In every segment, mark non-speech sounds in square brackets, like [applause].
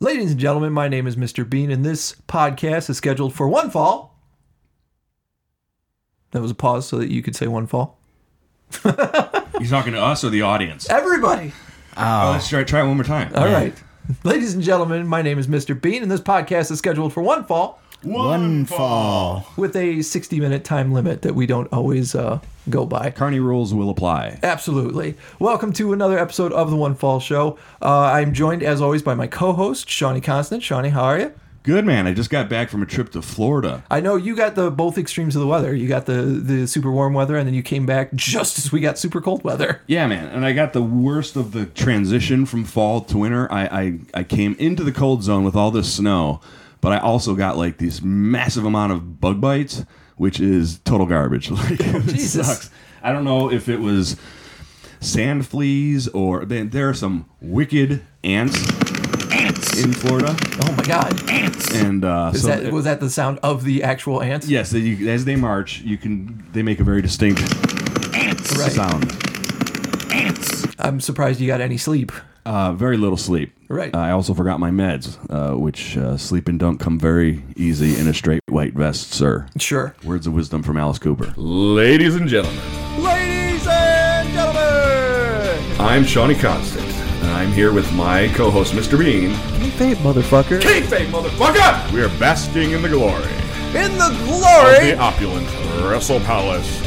Ladies and gentlemen, my name is Mr. Bean, and this podcast is scheduled for one fall. That was a pause so that you could say one fall. He's talking to us or the audience. Everybody! Oh, let's try, try it one more time. All right. Ladies and gentlemen, my name is Mr. Bean, and this podcast is scheduled for one fall One fall. with a 60 minute time limit that we don't always uh, go by. Carney rules will apply. Absolutely. Welcome to another episode of the One Fall Show. Uh, I'm joined, as always, by my co host, Shawnee Constant. Shawnee, how are you? Good man. I just got back from a trip to Florida. I know you got the both extremes of the weather. You got the the super warm weather, and then you came back just as we got super cold weather. [laughs] Yeah, man. And I got the worst of the transition from fall to winter. I, I, I came into the cold zone with all this snow, but I also got like this massive amount of bug bites, which is total garbage. [laughs] Like, it Oh, Jesus. sucks. I don't know if it was sand fleas or man, there are some wicked ants in Florida. Oh my God! And uh, Is so that was that the sound of the actual ants? Yes, they, you, as they march, you can they make a very distinct Right. sound. I'm surprised you got any sleep. Uh, very little sleep. Uh, Right. I also forgot my meds, uh, which uh, sleep and don't come very easy in a straight white vest, sir. Sure. Words of wisdom from Alice Cooper. Ladies and gentlemen, Ladies and gentlemen, I'm Shawnee Constant, and I'm here with my co-host, Mr. Bean. hey motherfucker, Kayfabe, motherfucker! We are basking in the glory in the of glory, the opulent Wrestle Palace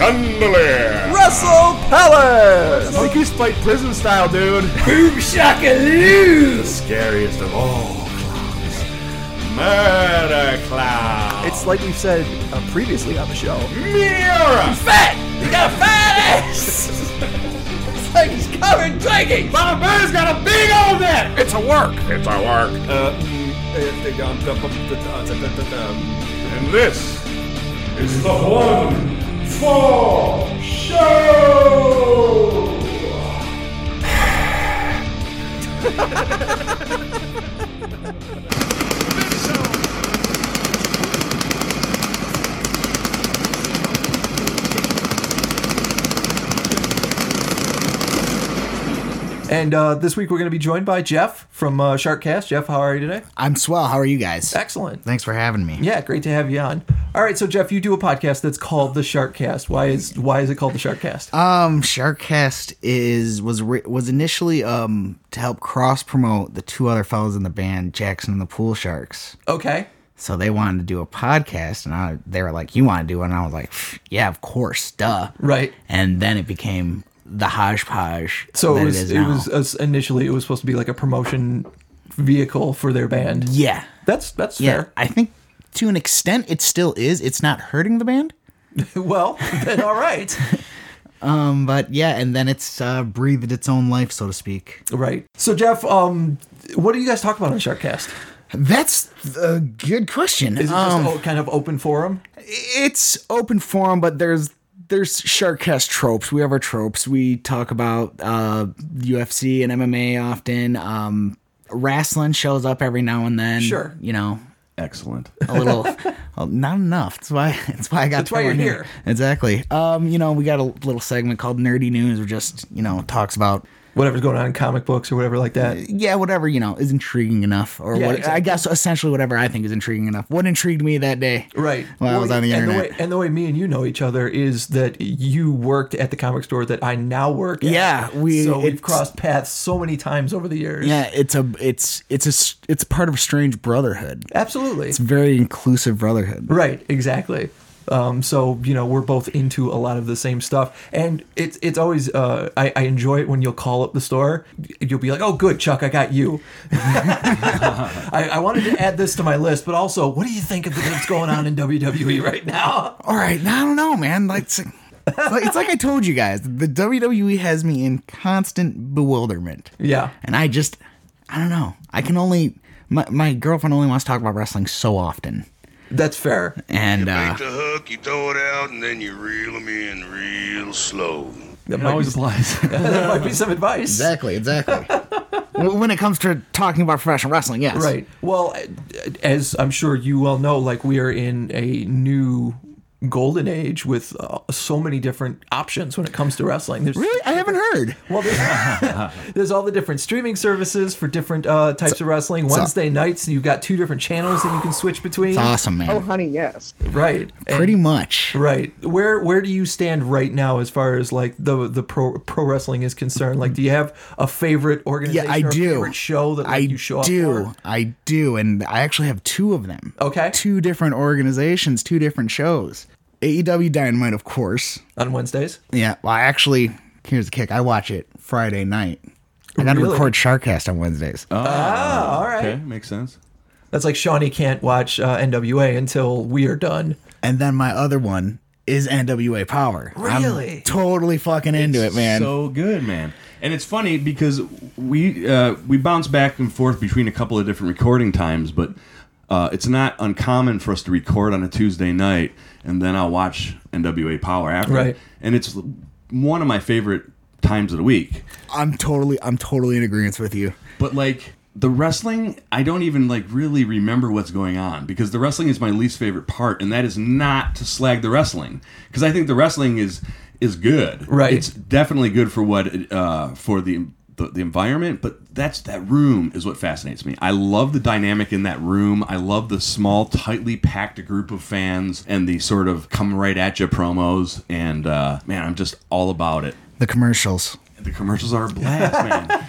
chandelier. Russell Palace. Monkeys fight prison style, dude. Boom The scariest of all clowns, murder clown. It's like we've said uh, previously on the show. Mira. Fat, you got fat ass. [laughs] it's like he's covered in twinkies. Mama Bear's got a big old neck. It's a work. It's a work. And this is the one fall show. And uh, this week we're going to be joined by Jeff from uh, Sharkcast. Jeff, how are you today? I'm swell. How are you guys? Excellent. Thanks for having me. Yeah, great to have you on. All right, so Jeff, you do a podcast that's called the Sharkcast. Why is why is it called the Sharkcast? Um, Sharkcast is was ri was initially um to help cross promote the two other fellows in the band, Jackson and the Pool Sharks. Okay, So they wanted to do a podcast, and I, they were like, "You want to do?" it? And I was like, "Pfft, "Yeah, of course, duh." right. And then it became the hodgepodge. So that it was is it, now. was uh, initially it was supposed to be like a promotion vehicle for their band. yeah, That's that's yeah. fair. I think to an extent it still is. It's not hurting the band. Well, then all [laughs] right. Um, but yeah, and then it's uh, breathed its own life, so to speak. Right. So Jeff, um what do you guys talk about on Sharkcast? That's a good question. Is it um, just o- kind of open forum? it's open forum, but there's there's Sharkcast tropes. We have our tropes. We talk about uh, UFC and MMA often. Um, wrestling shows up every now and then. Sure. you know Excellent. a [laughs] little, well, not enough. That's why [laughs] that's why I got. That's why you're thrown in. here. Exactly. Um, you know, we got a little segment called Nerdy News, which just you know talks about Whatever's going on in comic books or whatever like that. yeah, whatever you know is intriguing enough, or Yeah, what I exactly. guess essentially whatever I think is intriguing enough. What intrigued me that day, Right. While I was on the and internet. way, and the way me and you know each other is that you worked at the comic store that I now work at. Yeah, we- so we've it's- crossed paths so many times over the years. Yeah, it's a it's it's a s- it's a part of a strange brotherhood. Absolutely. It's a very inclusive brotherhood. right, exactly. Um, so you know we're both into a lot of the same stuff, and it's it's always uh, I, I enjoy it when you'll call up the store. You'll be like, "Oh, good, Chuck, I got you." [laughs] I, I wanted to add this to my list, but also, what do you think of what's going on in WWE right [laughs] now? All right, I don't know, man. Like it's, it's like it's like I told you guys, the WWE has me in constant bewilderment, Yeah, and I just I don't know. I can only my my girlfriend only wants to talk about wrestling so often, that's fair. and uh, Take the hook, you throw it out, and then you reel them in real slow. That It might always be- applies. [laughs] that might be some advice. exactly, exactly. [laughs] Well, when it comes to talking about professional wrestling, yes, Right. Well, as I'm sure you well know, like we are in a new golden age with uh, so many different options when it comes to wrestling. There's Really? I haven't heard. Well, [laughs] there's, there's all the different streaming services for different uh, types of wrestling. Wednesday nights, you've got two different channels that you can switch between. Awesome, man. Oh, honey, yes. Right. And- Pretty much. Right. Where where do you stand right now as far as like the the pro pro wrestling is concerned? Like, do you have a favorite Yeah, organization? I or a do. Favorite show that like, I you show do. up for? I do, and I actually have two of them. Okay. Two different organizations, two different shows. AEW Dynamite, of course. on Wednesdays. Yeah. Well, I actually, here's the kick. I watch it Friday night. I got to Really? record Sharkcast on Wednesdays. Ah, all right. Okay, makes sense. That's like Shawnee can't watch uh, NWA until we are done. And then my other one is NWA Power. I'm Really? totally fucking into it, man. So good, man. And it's funny because we uh, we bounce back and forth between a couple of different recording times, but uh, it's not uncommon for us to record on a Tuesday night, and then I'll watch NWA Power after, Right. and it's one of my favorite times of the week. I'm totally, I'm totally in agreement with you. But like the wrestling, I don't even like really remember what's going on because the wrestling is my least favorite part, and that is not to slag the wrestling because I think the wrestling is is good. Right. It's definitely good for what it, uh, for the. The, the environment, but that's that room is what fascinates me. I love the dynamic in that room. I love the small, tightly packed group of fans and the sort of come right at you promos. And uh, man, I'm just all about it. The commercials. The commercials are a blast,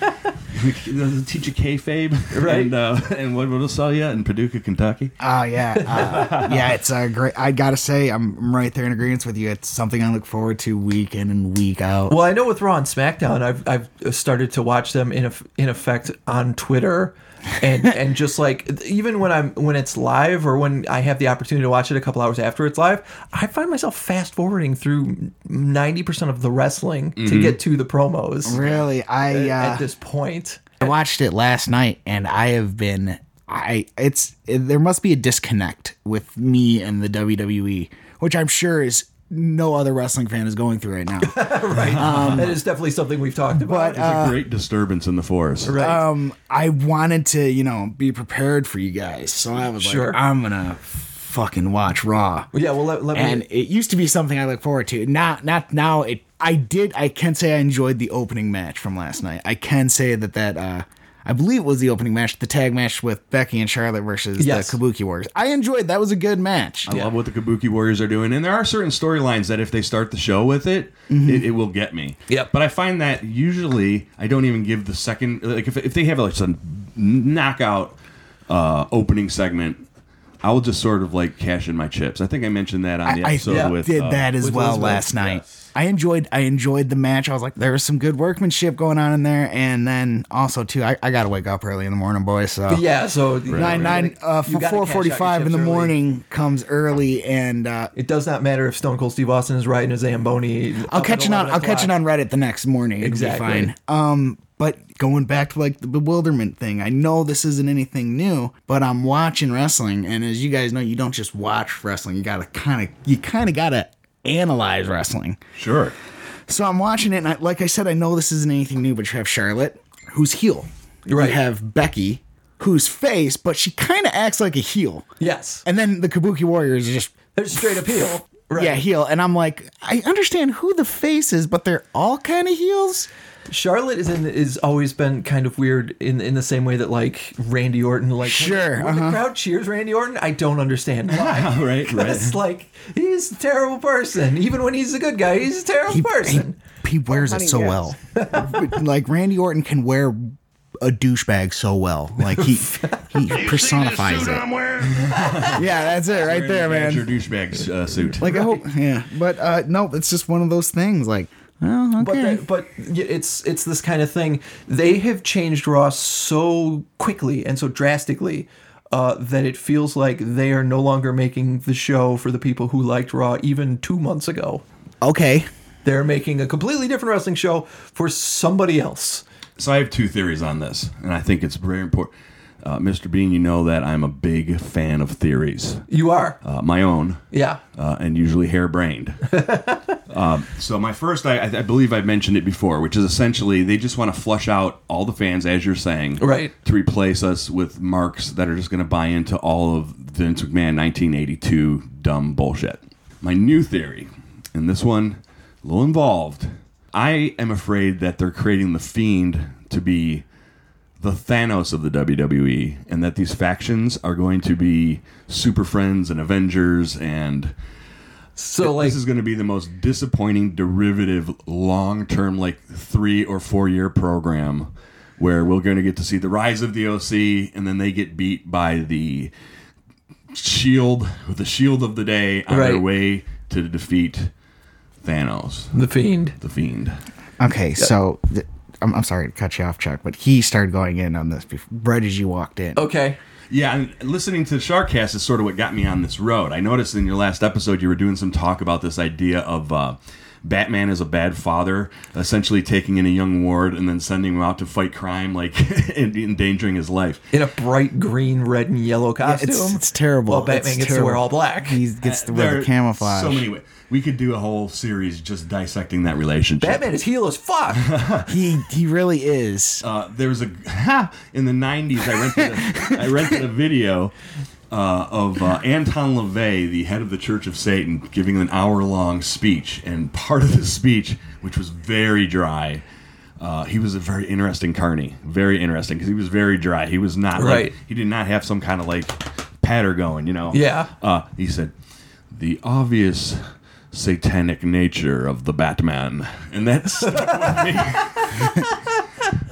man. [laughs] Does it teach you kayfabe? Right. And, uh, and what will sell you in Paducah, Kentucky? Oh yeah, uh, [laughs] yeah. It's a great. I gotta say, I'm I'm right there in agreement with you. It's something I look forward to week in and week out. Well, I know with Raw and SmackDown, I've I've started to watch them in eff- in effect on Twitter, and [laughs] and just like even when I'm when it's live or when I have the opportunity to watch it a couple hours after it's live, I find myself fast forwarding through ninety percent of the wrestling to Mm-hmm. get to the promos. Really, I At uh, this point, I watched it last night, and I have been. I it's there must be a disconnect with me and the WWE, which I'm sure is no other wrestling fan is going through right [laughs] now. right? that is definitely something we've talked about. Um, But uh, It's a great disturbance in the forest. right. um, I wanted to you know be prepared for you guys, so I was Sure. like, I'm gonna fucking watch Raw. yeah. Well, let, let and me. it used to be something I look forward to. Not not now. It I did. I can say I enjoyed the opening match from last night. I can say that that uh, I believe it was the opening match, the tag match with Becky and Charlotte versus Yes. the Kabuki Warriors. I enjoyed. That was a good match. I love what the Kabuki Warriors are doing, and there are certain storylines that if they start the show with it, Mm-hmm. it, it will get me. Yep. But I find that usually I don't even give the second like if, if they have like some knockout uh, opening segment, I will just sort of like cash in my chips. I think I mentioned that on the I episode yeah, with did uh, that as with well Elizabeth, last night. I enjoyed I enjoyed the match. I was like, there was some good workmanship going on in there, and then also too, I, I got to wake up early in the morning, boys. So yeah. So nine nine uh, You gotta four cash out forty your five in chips the early. morning comes early, and uh, It does not matter if Stone Cold Steve Austin is riding a Zamboni. I'll catch it on. I'll catch it on Reddit the next morning. It'll Exactly. be fine. Um, but going back to like the bewilderment thing, I know this isn't anything new, but I'm watching wrestling, and as you guys know, you don't just watch wrestling. You gotta kind of, you kind of gotta analyze wrestling. sure. [laughs] So I'm watching it, and I, like I said, I know this isn't anything new, but you have Charlotte, who's heel. Right. You have Becky, who's face, but she kind of acts like a heel. Yes. And then the Kabuki Warriors are just There's straight appeal. Right. yeah, heel. And I'm like, I understand who the face is, but they're all kind of heels. Charlotte is in, is always been kind of weird in in the same way that like Randy Orton like when- Sure, when, uh-huh. the crowd cheers Randy Orton I don't understand [laughs] why Right. Right. it's like he's a terrible person even when he's a good guy he's a terrible person he, he wears it so yes. well. [laughs] like Randy Orton can wear a douchebag so well. Like he he [laughs] You see this personifies suit it. I'm wearing? Yeah, that's it right there, man. Your douchebag uh, suit. Like I hope, yeah. But uh, no, it's just one of those things. Like, well, okay. but that, but y- it's it's this kind of thing they have changed Raw so quickly and so drastically uh, that it feels like they are no longer making the show for the people who liked Raw even two months ago okay. they're making a completely different wrestling show for somebody else So I have two theories on this, and I think it's very important. Uh, Mr. Bean, you know that I'm a big fan of theories, you are uh, my own, yeah uh, and usually harebrained. um, so my first, I, I believe I've mentioned it before, which is essentially they just want to flush out all the fans, as you're saying, Right. to replace us with marks that are just going to buy into all of Vince McMahon 1982 dumb bullshit. My new theory, and this one a little involved. I am afraid that they're creating the Fiend to be the Thanos of the WWE, and that these factions are going to be Super Friends and Avengers, and So like this is going to be the most disappointing derivative, long-term, like three or four-year program, where we're going to get to see the rise of the OC, and then they get beat by the Shield, the Shield of the day, on their Right. way to defeat Thanos, the fiend. the Fiend. Okay, so th- I'm, I'm sorry to cut you off, Chuck, but he started going in on this before, right as you walked in. Okay. Yeah, and listening to Sharkcast is sort of what got me on this road. I noticed in your last episode you were doing some talk about this idea of uh, Batman as a bad father, essentially taking in a young ward and then sending him out to fight crime, like [laughs] and endangering his life. In a bright green, red, and yellow costume. it's, it's terrible. Well, Batman It's gets to terrible. wear all black. Uh, He gets to Uh, There wear are the camouflage. So many ways. We could do a whole series just dissecting that relationship. Batman is heel as [laughs] fuck. He he really is. uh, there was a [laughs] in the '90s. I rented a, I rented a video uh, of uh, Anton LaVey, the head of the Church of Satan, giving an hour-long speech, and part of the speech, which was very dry. Uh, he was a very interesting carney, very interesting because he was very dry. He was not Right. like he did not have some kind of like patter going, you know. Yeah. Uh, he said, "The obvious satanic nature of the Batman," and that stuck with me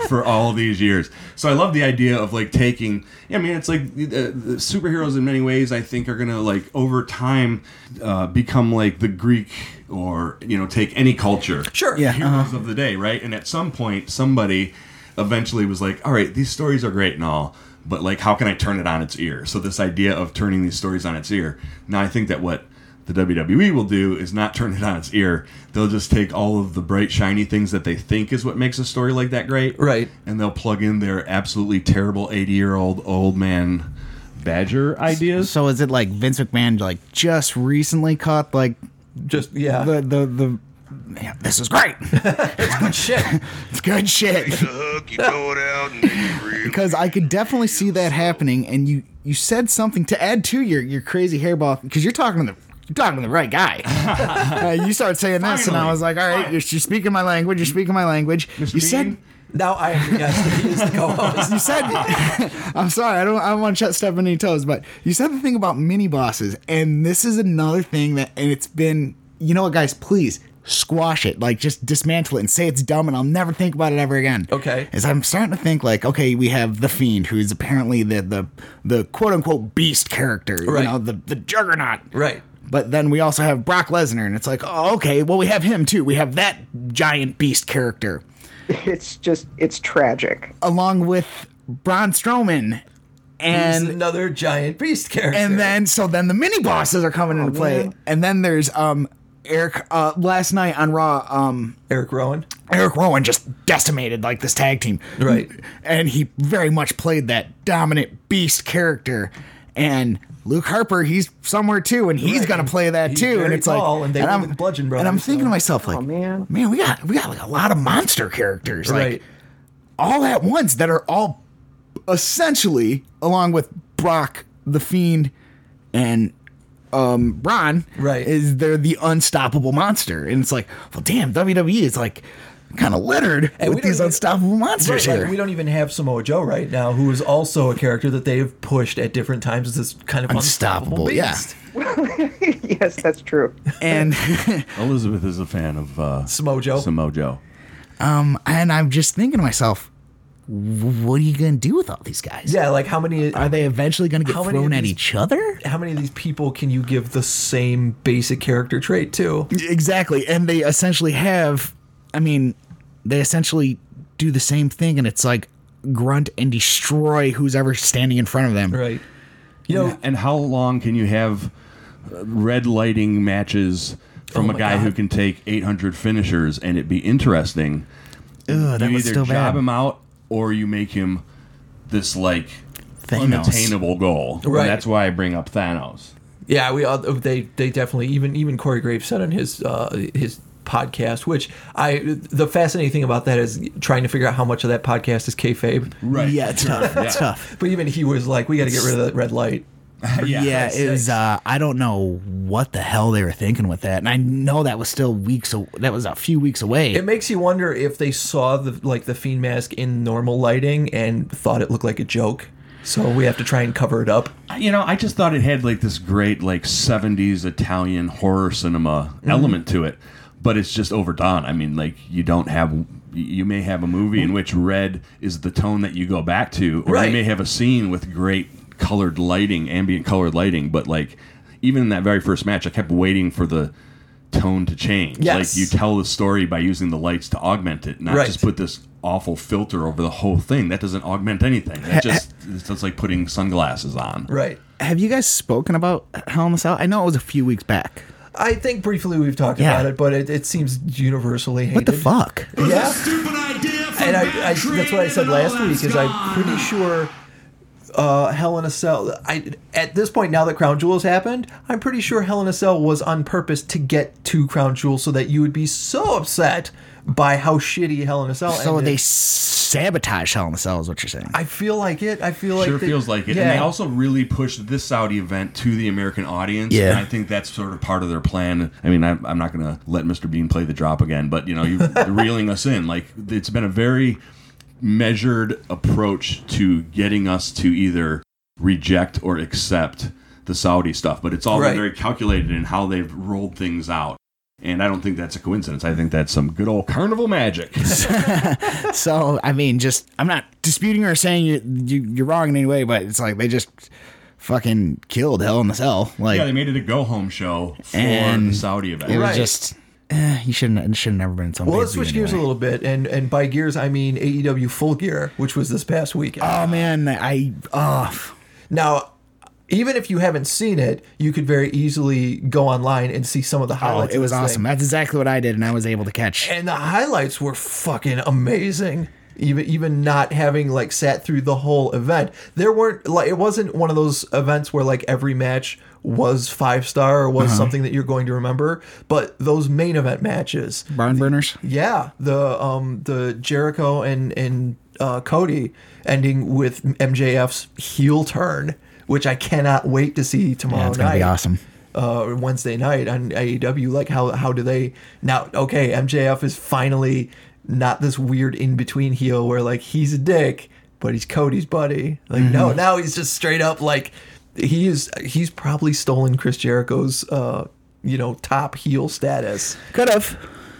for all these years. So I love the idea of like taking. I mean, it's like uh, the superheroes in many ways. I think are gonna like over time uh, become like the Greek or you know take any culture. Sure. Yeah. Heroes of the day, right? And at some point, somebody eventually was like, "All right, these stories are great and all." But like, how can I turn it on its ear? So this idea of turning these stories on its ear. Now I think that what the WWE will do is not turn it on its ear. They'll just take all of the bright, shiny things that they think is what makes a story like that great, Right. and they'll plug in their absolutely terrible 80 year old old man badger ideas. so is it like Vince McMahon like just recently caught like Just yeah. the the the? Man, this [laughs] is great. Good [laughs] shit. It's good shit. The hook, you throw it out, and then you reel. because I could definitely see that happening. And you you said something to add to your your crazy hairball because you're talking to the you're talking to the right [laughs] guy. Uh, you started saying this, and I Finally. was like, all right, you're, you're speaking my language. You're speaking my language. you said. Bean? Now I am the guest. that He is the [laughs] co-host. You said, I'm sorry, I don't, I don't want to step on any toes, but you said the thing about mini bosses, and this is another thing that, and it's been, you know what, guys, please squash it, like just dismantle it and say it's dumb, and I'll never think about it ever again. Okay. is I'm starting to think like, okay, we have the fiend, who is apparently the the the quote unquote beast character, Right. you know, the the juggernaut, Right. but then we also have Brock Lesnar, and it's like, oh, okay, well, we have him too. We have that giant beast character It's just it's tragic. [laughs] along with Braun Strowman. He's And another giant beast character. and then so then the mini bosses are coming Oh, into play, and then there's um Eric uh, last night on Raw um Eric Rowan. Eric Rowan just decimated like this tag team, Right. And he very much played that dominant beast character, and Luke Harper he's somewhere too, and he's Right. gonna play that He's too, and very it's tall, like and they went I'm with Bludgeon and I'm Brothers, thinking so- to myself like, man. man, we got we got like a lot of monster characters, like right. all at once that are all essentially along with Brock the Fiend and um Braun Right. is they're the unstoppable monster and it's like well damn WWE is like kind of littered And we with don't these even- unstoppable monsters Right, like, here we don't even have Samoa Joe right now, who is also a character that they have pushed at different times as this kind of unstoppable, Unstoppable, yeah. beast. yes, that's [laughs] true. and Elizabeth is a fan of uh, Samojo. Samojo. um, and I'm just thinking to myself w- what are you gonna do with all these guys yeah, like how many are they eventually gonna get How many of thrown at these- each other how many of these people can you give the same basic character trait to? Exactly. And they essentially have, I mean, they essentially do the same thing, and it's like grunt and destroy who's ever standing in front of them. Right. You know, And how long can you have uh, red lighting matches from Oh a my guy who God. can take 800 finishers and it be interesting? Ugh, that you was either still job bad. him out or you make him this like Thanos. unattainable goal. And Right. that's why I bring up Thanos. yeah, we all, oh, they they definitely even even Corey Graves said on his uh, his podcast, which I the fascinating thing about that is trying to figure out how much of that podcast is kayfabe. Right. Yeah, it's tough. Yeah. [laughs] It's tough. But even he was like, "We got to get rid of that red light." yeah, that's it was. sick. Uh, I don't know what the hell they were thinking with that, and I know that was still weeks. aw- That was a few weeks away. It makes you wonder if they saw the like the fiend mask in normal lighting and thought it looked like a joke. So we have to try and cover it up. you know, I just thought it had like this great like '70s Italian horror cinema Mm-hmm. element to it, but it's just overdone. I mean, like you don't have you may have a movie in which red is the tone that you go back to, or Right. you may have a scene with great colored lighting, ambient colored lighting, but like even in that very first match, I kept waiting for the tone to change. Yes. Like you tell the story by using the lights to augment it, not Right. just put this awful filter over the whole thing. That doesn't augment anything. That just it's just like putting sunglasses on. Right. Have you guys spoken about Hell in a Cell? I know it was a few weeks back. I think briefly we've talked Yeah. about it, but it, it seems universally hated. What the fuck? Yeah. Stupid idea and I, I that's what I said last week. Is I'm pretty sure uh, Hell in a Cell. I at this point now that Crown Jewels happened, I'm pretty sure Hell in a Cell was on purpose to get to Crown Jewel so that you would be so upset by how shitty Hell in a Oh, Cell. So ended. they sabotage Hell in a Cell is what you're saying. I feel like it. I feel like sure they- feels like it. And they also really pushed this Saudi event to the American audience. Yeah. And I think that's sort of part of their plan. I mean, I'm, I'm not going to let Mr. Bean play the drop again, but, you know, [laughs] you're reeling us in. Like, it's been a very measured approach to getting us to either reject or accept the Saudi stuff. But it's all Right. been very calculated in how they've rolled things out. And I don't think that's a coincidence. I think that's some good old carnival [laughs] magic. so I mean, just I'm not disputing or saying you, you you're wrong in any way, but it's like they just fucking killed Hell in the Cell. Like yeah, they made it a go home show for And- the Saudi event. it was Right. just eh, you shouldn't it should have never been something. Well, let's switch gears a little bit, and and by gears I mean AEW Full Gear, which was this past weekend. Oh man, I oh now, even if you haven't seen it, you could very easily go online and see some of the Oh, highlights. it of was this awesome. thing. That's exactly what I did, and I was able to catch. and the highlights were fucking amazing. Even even not having like sat through the whole event, there weren't like it wasn't one of those events where like every match was five star or was Uh-huh. something that you're going to remember. But those main event matches, Barn burners. Oh, Yeah, the um the Jericho and and uh, Cody ending with MJF's heel turn, which I cannot wait to see tomorrow Yeah, it's gonna night. be awesome. Uh, Wednesday night on AEW, like how how do they now? Okay, MJF is finally not this weird in between heel where like he's a dick, but he's Cody's buddy. Like no, now he's just straight up like he is. He's probably stolen Chris Jericho's uh you know top heel status. Could have.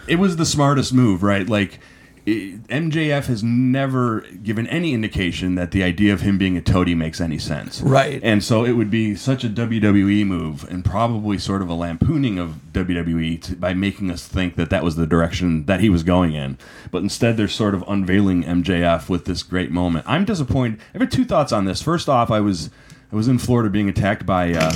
it was the smartest move, right? Like i MJF has never given any indication that the idea of him being a toady makes any sense. Right. And so it would be such a WWE move and probably sort of a lampooning of WWE to, by making us think that that was the direction that he was going in. But instead, they're sort of unveiling MJF with this great moment. I'm disappointed. I have two thoughts on this. First off, I was I was in Florida being attacked by uh,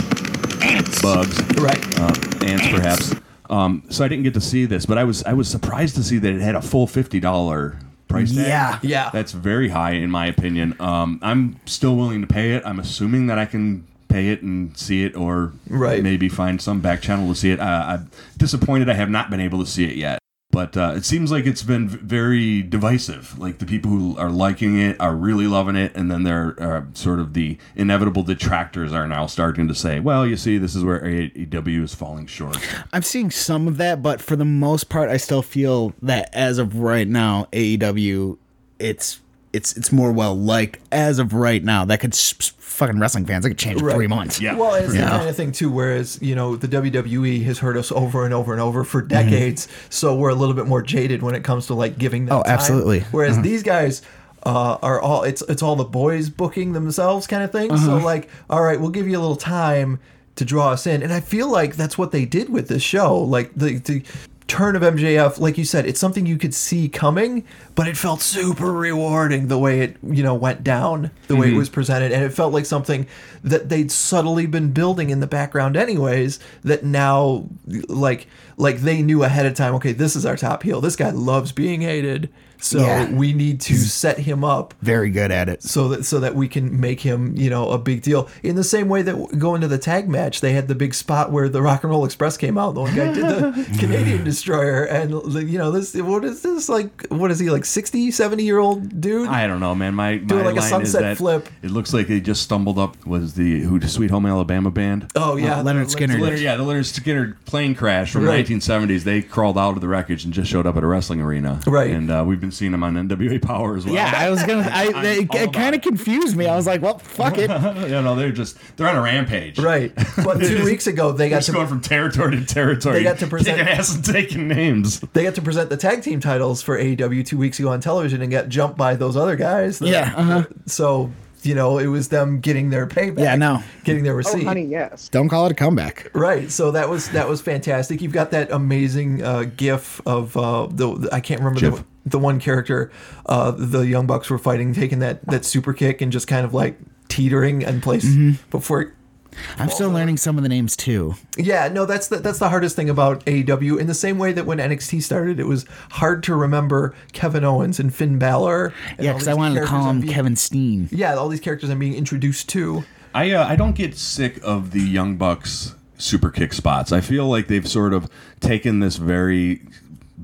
bugs Right. uh, ants perhaps. Um, so I didn't get to see this, but I was I was surprised to see that it had a full fifty dollar price tag. Yeah. Yeah. that's very high in my opinion. Um, I'm still willing to pay it. I'm assuming that I can pay it and see it, or Right. maybe find some back channel to see it. Uh, I'm disappointed I have not been able to see it yet. But uh, it seems like it's been v- very divisive. Like the people who are liking it are really loving it, and then there are sort of the inevitable detractors are now starting to say, "Well, you see, this is where AEW is falling short." I'm seeing some of that, but for the most part, I still feel that as of right now, AEW, it's it's it's more well liked as of right now. That could s- s- fucking wrestling fans. That could change in Right. three months. Yeah. Well, it's Yeah. the kind of thing too. Whereas you know the WWE has hurt us over and over and over Mm-hmm. for decades, so we're a little bit more jaded when it comes to like giving. Them Oh, time. absolutely. Whereas these guys. Uh, are all it's it's all the boys booking themselves kind of thing. So Mm-hmm. like, all right, we'll give you a little time to draw us in, and I feel like that's what they did with this show. Like the, the turn of MJF, like you said, it's something you could see coming, but it felt super rewarding the way it you know went down, the way it was presented, and it felt like something that they'd subtly been building in the background anyways. That now like like they knew ahead of time. Okay, this is our top heel. This guy loves being hated. So Yeah. we need to set him up Very good at it. so that so that we can make him you know a big deal in the same way that w- going to the tag match they had the big spot where the rock and roll express came out the one guy did the canadian destroyer and like, you know this what is this like what is he like 60 70 year old dude I don't know, man. My, my like a line is sunset that flip. It looks like they just stumbled up. Was the who Sweet Home Alabama band? oh yeah Uh, Leonard Skinner. Leonard, yeah, the Leonard Skinner plane crash from Right. the 1970s. They crawled out of the wreckage and just showed up at a wrestling arena. Right. And uh, we've been seeing them on NWA Power as well. Yeah, I was gonna. I, I'm it all it about kind of it. confused me. I was like, well, fuck [laughs] it. you know, they're just they're on a rampage. right but two weeks ago they They're got just to going from territory to territory. They got to present- kicking ass and taking names. they got to present the tag team titles for AEW two weeks ago on television and got jumped by those other guys that- [laughs] Yeah, uh-huh. so you know it was them getting their payback Yeah, I know. getting their receipt Oh, honey, yes. Don't call it a comeback. Right. So that was that was fantastic. You've got that amazing uh, GIF of uh, the I can't remember GIF. the, the one character. Uh, the Young Bucks were fighting, taking that that super kick and just kind of like teetering in place Mm-hmm. before. it- I'm still learning some of the names too. Yeah, no, that's the, that's the hardest thing about AEW. In the same way that when NXT started, it was hard to remember Kevin Owens and Finn Balor. and Yeah, all these because I wanted to characters call I'm him being- Kevin Steen. Yeah, all these characters I'm being introduced to. I uh, I don't get sick of the Young Bucks super kick spots. I feel like they've sort of taken this very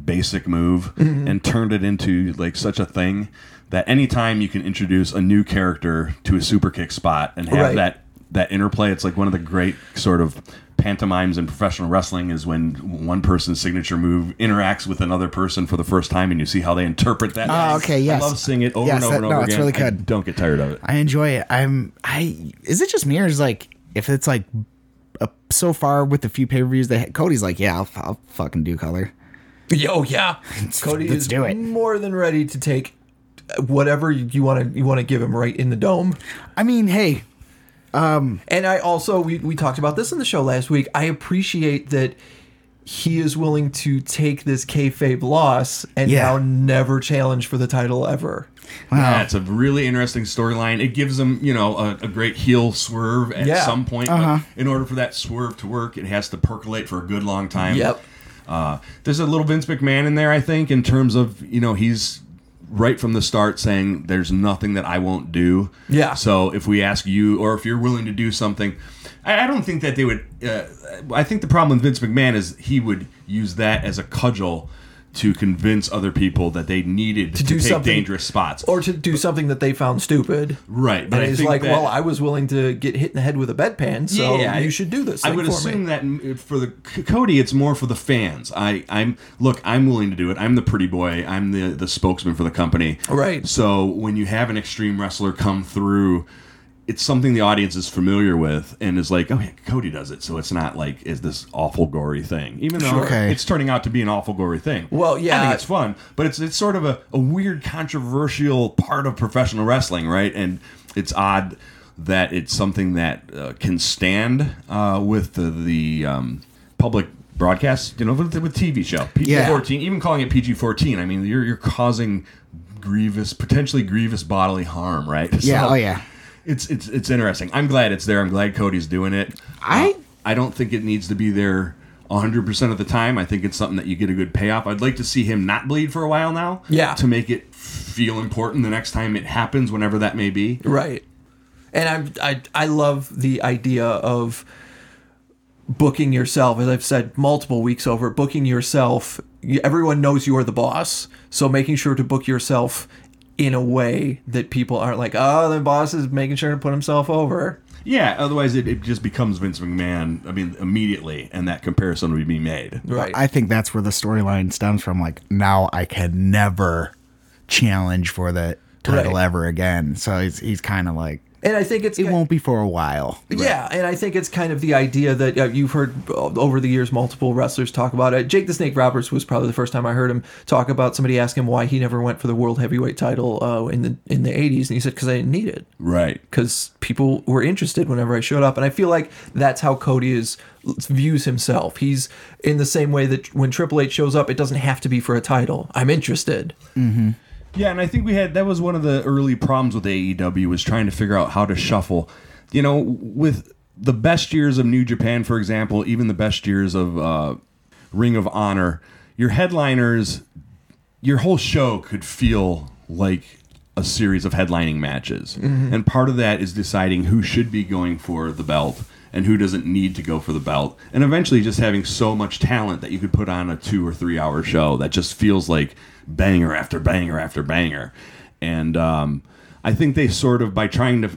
basic move Mm-hmm. and turned it into like such a thing that anytime you can introduce a new character to a super kick spot and have Right. that that interplay, it's like one of the great sort of pantomimes in professional wrestling is when one person's signature move interacts with another person for the first time and you see how they interpret that. Oh, okay, yes. I love seeing it over Yes, and over that- and over no, it's again. really I good. don't get tired of it. I enjoy it. I'm. I is it just me or is like if it's like uh, so far with the few pay per views that Cody's like, yeah, I'll, I'll fucking do color. Yo, yeah. Cody let's is do it. more than ready to take uh, whatever you want to you want to give him right in the dome. I mean, hey, And I also we we talked about this in the show last week. I appreciate that he is willing to take this kayfabe loss and Yeah. now never challenge for the title ever. Yeah, it's a really interesting storyline. It gives them, you know, a, a great heel swerve at Yeah. Uh-huh. some point. But in order for that swerve to work, it has to percolate for a good long time. Yep. Uh, there's a little Vince McMahon in there, I think, in terms of, you know, he's right from the start saying there's nothing that I won't do. Yeah. So if we ask you, or if you're willing to do something, I, I don't think that they would. Uh, I think the problem with Vince McMahon is he would use that as a cudgel to convince other people that they needed to, do take something- dangerous spots. Or to do something that they found stupid. Right, but and I he's think like, that- well, I was willing to get hit in the head with a bedpan, so Yeah, I- you should do this. I thing would for assume me. that mm, for the C- Cody, it's more for the fans. I, I'm look, I'm willing to do it. I'm the pretty boy. I'm the the spokesman for the company. Right. So when you have an extreme wrestler come through, it's something the audience is familiar with and is like, oh yeah, Cody does it. So it's not like is this awful gory thing, even though Okay. it's turning out to be an awful gory thing. Well, I yeah. think it's fun, but it's it's sort of a, a weird, controversial part of professional wrestling, right? And it's odd that it's something that uh, can stand uh, with the, the um, public broadcast, you know, with, with TV show PG fourteen, even calling it PG fourteen. I mean, you're you're causing grievous, potentially grievous bodily harm, right? [laughs] Yeah, oh, yeah. It's it's it's interesting. I'm glad it's there. I'm glad Cody's doing it. I- I don't think it needs to be there 100% of the time. I think it's something that you get a good payoff. I'd like to see him not bleed for a while now. Yeah. To make it feel important the next time it happens, whenever that may be. Right. And I, I I love the idea of booking yourself, as I've said multiple weeks over, booking yourself. you- Everyone knows you are the boss, so making sure to book yourself in a way that people aren't like, oh, the boss is making sure to put himself over. Yeah, otherwise it, it just becomes Vince McMahon, I mean, immediately, and that comparison would be made. Right. I think that's where the storyline stems from. Like now, I can never challenge for the title Right. ever again. So he's he's kind of like and I think it's it won't be for a while. Yeah, and I think it's kind of the idea that uh, you've heard uh, over the years multiple wrestlers talk about it. Jake the Snake Roberts was probably the first time I heard him talk about somebody asked him why he never went for the world heavyweight title uh, in the in the 80s, and he said because I didn't need it Right. because people were interested whenever I showed up, and I feel like that's how Cody is views himself. He's in the same way that when Triple H shows up, it doesn't have to be for a title. I'm interested. Yeah, and I think we had that was one of the early problems with AEW was trying to figure out how to shuffle. You know, with the best years of New Japan, for example, even the best years of uh, Ring of Honor, your headliners your whole show could feel like a series of headlining matches. And part of that is deciding who should be going for the belt and who doesn't need to go for the belt. And eventually just having so much talent that you could put on a 2 or 3 hour show that just feels like banger after banger after banger. And um I think they sort of by trying to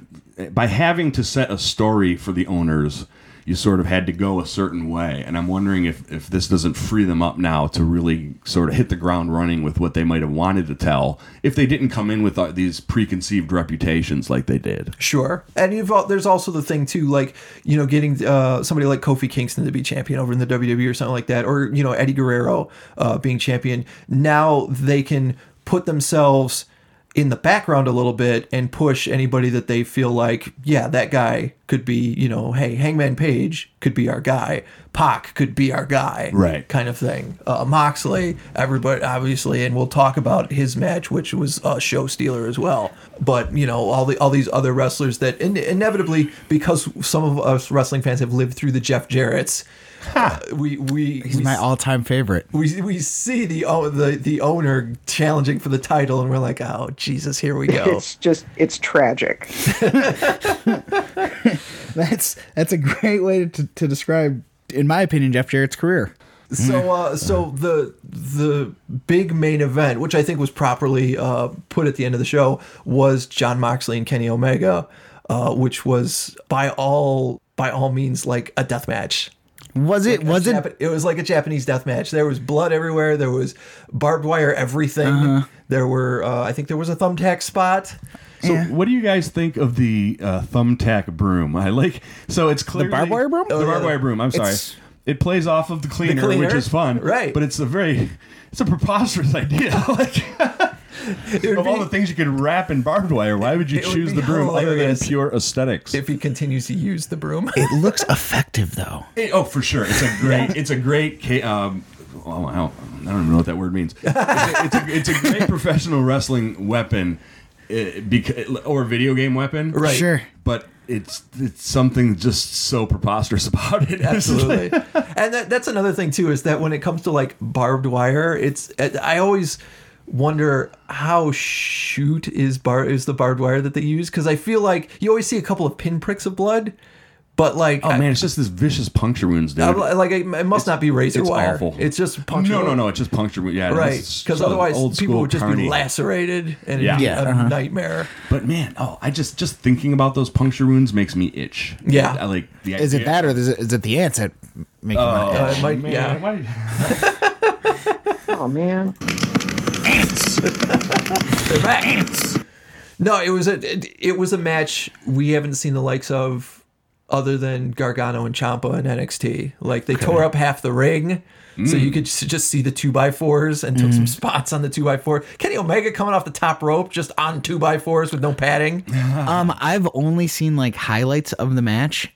by having to set a story for the owners you sort of had to go a certain way. And I'm wondering if, if this doesn't free them up now to really sort of hit the ground running with what they might have wanted to tell if they didn't come in with uh, these preconceived reputations like they did. Sure, and you've al- there's also the thing too, like you know, getting uh, somebody like Kofi Kingston to be champion over in the WWE or something like that, or you know, Eddie Guerrero uh, being champion. Now they can put themselves in the background a little bit and push anybody that they feel like, yeah, that guy could be, you know, oh, hey, Hangman Page could be our guy, Pac could be our guy, Right. kind of thing. Uh, Moxley, everybody, obviously, and we'll talk about his match, which was a show stealer as well. But you know, all the all these other wrestlers that in, inevitably, because some of us wrestling fans have lived through the Jeff Jarrett's, uh, we we He's we my all-time favorite. we, we see the, o- the the owner challenging for the title, and we're like, oh Jesus, here we [laughs] go. It's just it's tragic. [laughs] That's that's a great way to, to describe, in my opinion, Jeff Jarrett's career. so uh, so the the big main event, which I think was properly uh, put at the end of the show, was John Moxley and Kenny Omega, uh, which was by all by all means like a death match. Was it? was it? Jap- it was like a Japanese death match. There was blood everywhere. There was barbed wire everything. There were uh, I think there was a thumbtack spot. So, what do you guys think of the uh, thumbtack broom? I like so it's clearly barbed wire broom? The barbed wire broom. I'm sorry. It's- it plays off of the cleaner, which cleaner? is fun, Right. But it's a very it's a preposterous [laughs] idea. like, [laughs] It would of all be- the things you could wrap in barbed wire, why would you It would choose be the broom other than hilarious. pure aesthetics? if he continues to use the broom. It looks effective though. It- oh, for sure. It's [laughs] a great. it's a great. ca- Um, oh, I don't, I don't even know what that word means. It's a, it's a, it's a [laughs] great professional wrestling weapon, uh, because, or video game weapon, Right. Sure. But it's it's something just so preposterous [laughs] about it. Absolutely. [laughs] and that, that's another thing too is that when it comes to like barbed wire, it's I always wonder how shoot is bar is the barbed wire that they use because I feel like you always see a couple of pinpricks of blood, but like oh man, it's just this vicious puncture wounds, dude. I, I- like it it must not be razor it's wire. awful. It's just puncture. No, no, no. It's just puncture wounds. Yeah, Right, it's because so otherwise people school would just carny. be lacerated and it'd Yeah. be Yeah, a uh-huh. nightmare. But man, oh, I just just thinking about those puncture wounds makes me itch. Yeah. I like. The Is it idea- that, or is it, is it the ants that make you want Uh, it might, yeah. Oh man. No, it was a it, it was a match we haven't seen the likes of other than Gargano and Champa in NXT. Like they tore up half the ring, so you could s- just see the two by fours and took some spots on the two by four. Kenny Omega coming off the top rope just on two by fours with no padding. it? Um, I've only seen like highlights of the match.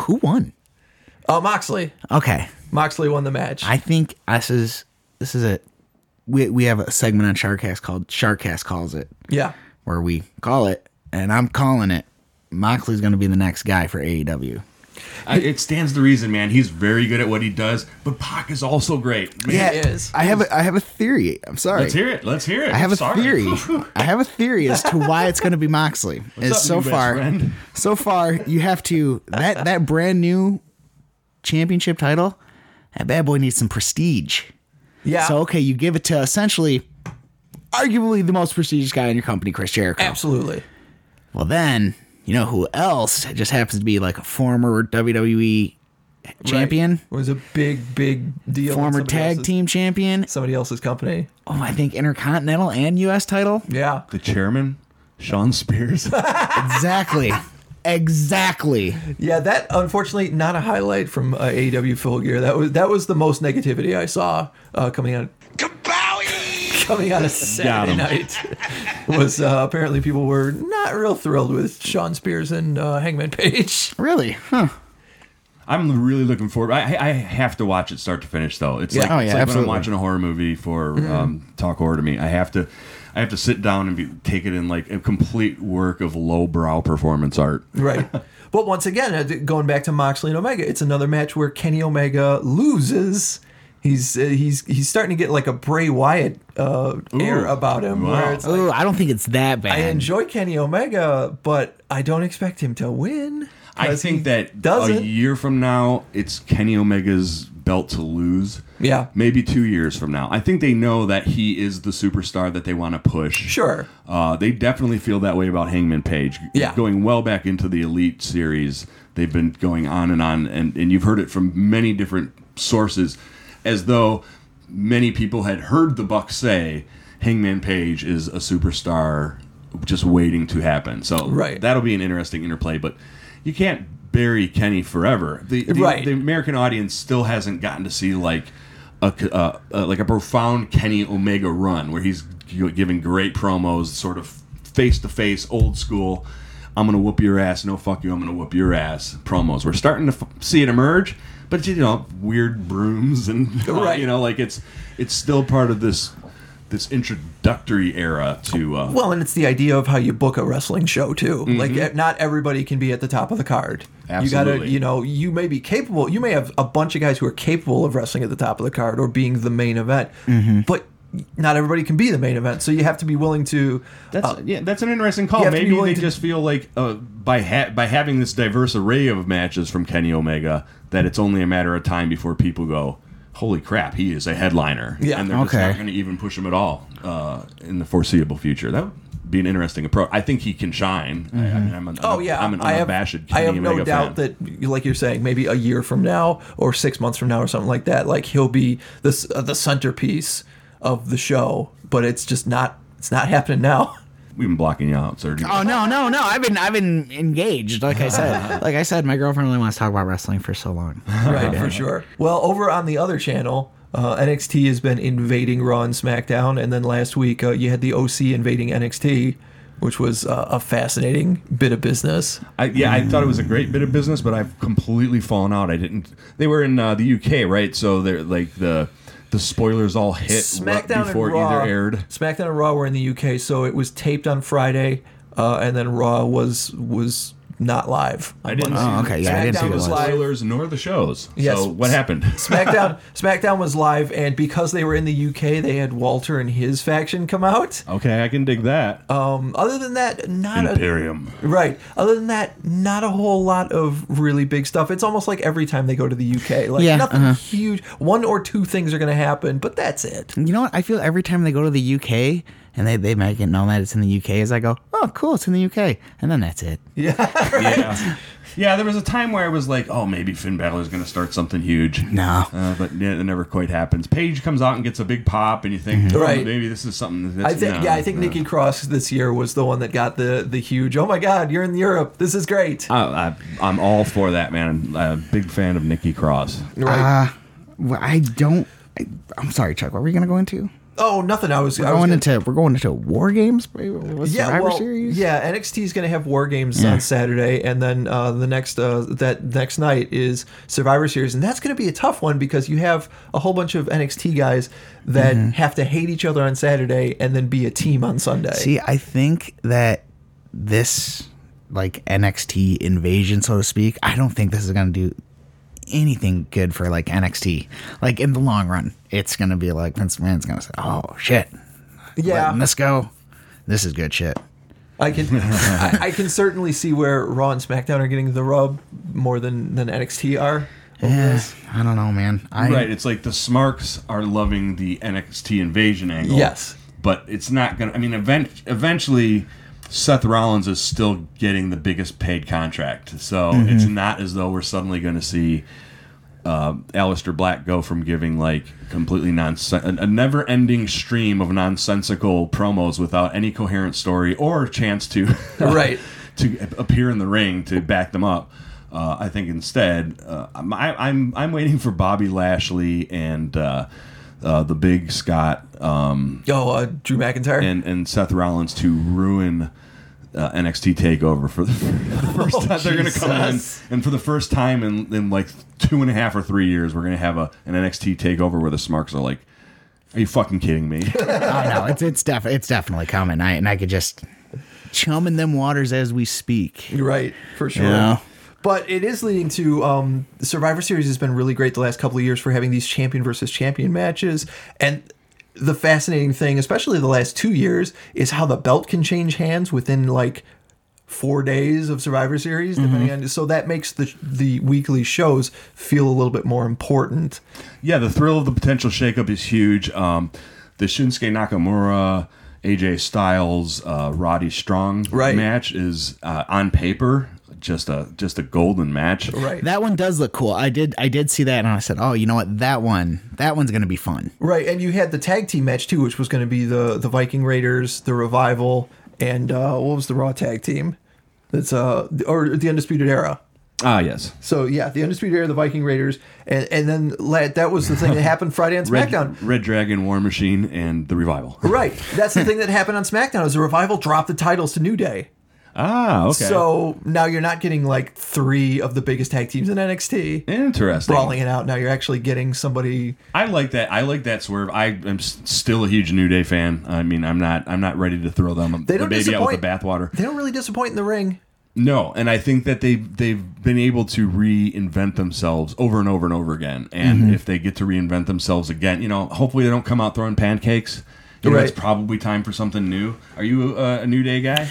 Who won? Oh, Moxley, Okay, Moxley won the match. I think this is this is a we we have a segment on Sharkcast called Sharkcast calls it yeah, where we call it, and I'm calling it. Moxley's going to be the next guy for E AEW. I, it stands to reason, man. He's very good at what he does, but Pac is also great. Man, Yeah. is. I have a, I have a theory. I'm sorry. Let's hear it. Let's hear it. I have a Sorry. theory. [laughs] I have a theory as to why it's going to be Moxley. Is up, so new best far, friend? so far you have to that that brand new championship title. That bad boy needs some prestige. yeah, So okay, you give it to essentially, arguably the most prestigious guy in your company, Chris Jericho. absolutely. Well, then you know who else just happens to be like a former WWE champion, It was a big, big deal. in former somebody tag else's- team champion. somebody else's company. Oh, I think Intercontinental and U.S. title. Yeah, The chairman, Sean Spears. [laughs] Exactly. exactly. yeah. That unfortunately not a highlight from uh, AEW Full Gear. That was that was the most negativity I saw uh, coming out [laughs] Kabowie! coming out of Saturday him. night [laughs] was uh, apparently people were not real thrilled with Sean Spears and uh, Hangman Page. [laughs] Really? Huh. [laughs] I'm really looking forward. I, I have to watch it start to finish, though. It's like, Oh, yeah, it's like when I'm absolutely. Mm-hmm. watching a horror movie for um, talk horror to me. I have to, I have to sit down and be, take it in like a complete work of lowbrow performance art. Right. But once again, uh, going back to Moxley and Omega, it's another match where Kenny Omega loses He's uh, he's he's starting to get like a Bray Wyatt uh, air about him. Wow. Where it's like, Oh, I don't think it's that bad. I enjoy Kenny Omega, but I don't expect him to win. I 'cause he think that a doesn't. year from now, it's Kenny Omega's belt to lose. Yeah. Maybe two years from now. I think they know that he is the superstar that they want to push. Sure. Uh, they definitely feel that way about Hangman Page. Yeah. Going well back into the Elite series, they've been going on and on, and, and you've heard it from many different sources, as though many people had heard the Bucks say Hangman Page is a superstar just waiting to happen. So Right. that'll be an interesting interplay, but you can't bury Kenny forever. The, the, Right. the American audience still hasn't gotten to see like a c- uh, uh, like a profound Kenny Omega run where he's gi- giving great promos, sort of face to face, old school. I'm gonna whoop your ass. No, fuck you. I'm gonna whoop your ass. Promos. We're starting to f- see it emerge, but you know, weird brooms and [laughs] Right. you know, like it's it's still part of this this introductory era to uh, Well, and it's the idea of how you book a wrestling show too. Mm-hmm. Like eh, not everybody can be at the top of the card. You Absolutely. gotta, you know, you may be capable. You may have a bunch of guys who are capable of wrestling at the top of the card or being the main event, Mm-hmm. but not everybody can be the main event. So you have to be willing to. That's yeah, that's an interesting Uh, call. you have to be Maybe willing they to- just feel like uh, by ha- by having this diverse array of matches from Kenny Omega that it's only a matter of time before people go, "Holy crap, he is a headliner!" Yeah, and they're just okay. not going to even push him at all uh, in the foreseeable future. That would be an interesting approach. I think he can shine. I, I mean, I'm an, Oh yeah, I'm an I have, unabashed Kenny I have Omega no doubt fan. that, like you're saying, maybe a year from now or six months from now or something like that, like he'll be this uh, the centerpiece of the show. But it's just not. It's not happening now. [laughs] we've been blocking you out, sir. Oh no, no, no! I've been, I've been engaged. Like I [laughs] said, like I said, my girlfriend only wants to talk about wrestling for so long. right Uh-huh. for sure well over on the other channel uh, nxt has been invading raw and smackdown and then last week uh, you had the oc invading nxt which was uh, a fascinating bit of business I, yeah, I thought it was a great bit of business, but I've completely fallen out. I didn't. They were in uh, the UK, right? So they're like the the spoilers all hit right smackdown before and raw, either aired. smackdown and raw were in the uk so it was taped on friday uh, and then raw was was not live Uh, I didn't. Monday. see Oh, okay, yeah, I didn't Smackdown see the was the live. live spoilers nor the shows. Yes. So what happened? SmackDown [laughs] SmackDown was live and because they were in the UK they had Walter and his faction come out. [laughs] okay, I can dig that. Um, other than that not a [laughs] Imperium. Right. Other than that, not a whole lot of really big stuff. It's almost like every time they go to the UK, like Yeah, nothing uh-huh. huge. One or two things are going to happen, but that's [laughs] it. You know what? I feel every time they go to the UK and they they make it known that it's in the UK, is I go, oh, cool, it's in the UK, and then that's it. Yeah. yeah, there was a time where I was like, oh, maybe Finn Balor's going to start something huge. No. Uh, but yeah, it never quite happens. Paige comes out and gets a big pop, and you think, oh, Mm-hmm. Right. maybe this is something. That's, I think no, yeah, I think no. Nikki Cross this year was the one that got the the huge. Oh my God, you're in Europe. This is great. I, I, I'm all for that, man. I'm a big fan of Nikki Cross. Right. Well, I don't. I, I'm sorry, Chuck. What were you gonna go into? oh, nothing. I was. I We're was going gonna- into we're going into war games. baby? What, Survivor series. Yeah, NXT is going to have War Games on Saturday, and then uh, the next uh, that next night is Survivor Series, and that's going to be a tough one because you have a whole bunch of NXT guys that Mm-hmm. have to hate each other on Saturday and then be a team on Sunday. See, I think that this like NXT invasion, so to speak, I don't think this is gonna do anything good for like NXT. Like in the long run, it's gonna be like Vince McMahon's gonna say, "Oh shit, yeah, letting this go. This is good shit." I can I, I [laughs] can certainly see where Raw and SmackDown are getting the rub more than than NXT are. over Yeah, this. I don't know, man. I, Right, it's like the Smarks are loving the NXT invasion angle. Yes. but it's not gonna. I mean, event, eventually, Seth Rollins is still getting the biggest paid contract, so it's not as though we're suddenly going to see uh, Aleister Black go from giving like completely nonsense, a, a never-ending stream of nonsensical promos without any coherent story or chance to [laughs] Right. to a- appear in the ring to back them up. Uh, I think instead, uh, I'm, I, I'm I'm waiting for Bobby Lashley and uh, uh, the Big Scott um, Oh, uh, Drew McIntyre. and and Seth Rollins to ruin. Uh, NXT Takeover for the [laughs] first Oh, time they're going to come in, Jesus. and for the first time in, in like two and a half or three years, we're going to have a an NXT Takeover where the Smarks are like, "Are you fucking kidding me?" I know it's it's def- it's definitely coming. I and I could just chum in them waters as we speak. Right, for sure. Yeah. But it is leading to um, Survivor Series has been really great the last couple of years for having these champion versus champion matches. And the fascinating thing, especially the last two years, is how the belt can change hands within like four days of Survivor Series, depending on. So that makes the the weekly shows feel a little bit more important. Yeah, the thrill of the potential shakeup is huge. Um, the Shinsuke Nakamura, AJ Styles, uh, Roddy Strong Right. match is uh, on paper just a just a golden match. Right. That one does look cool. I did I did see that and I said, "Oh, you know what? That one. That one's going to be fun." Right, and you had the tag team match too, which was going to be the the Viking Raiders, the Revival, and uh, what was the Raw tag team? That's uh or the Undisputed Era. Ah, yes. So yeah, the Undisputed Era, the Viking Raiders, and and then la- that was the thing that [laughs] happened Friday on Red, SmackDown. Red Dragon, War Machine, and the Revival. Right, that's the thing that happened on SmackDown is the Revival dropped the titles to New Day. Ah, okay. So now you're not getting like three of the biggest tag teams in NXT interesting. brawling it out. Now you're actually getting somebody I like that. I like that swerve. I am s- still a huge New Day fan. I mean, I'm not. I'm not ready to throw them They the don't baby out with the disappoint. bathwater. they don't really disappoint in the ring. No, and I think that they they've been able to reinvent themselves over and over and over again. And if they get to reinvent themselves again, you know, hopefully they don't come out throwing pancakes. You know, Right. It's probably time for something new. Are you uh, a New Day guy?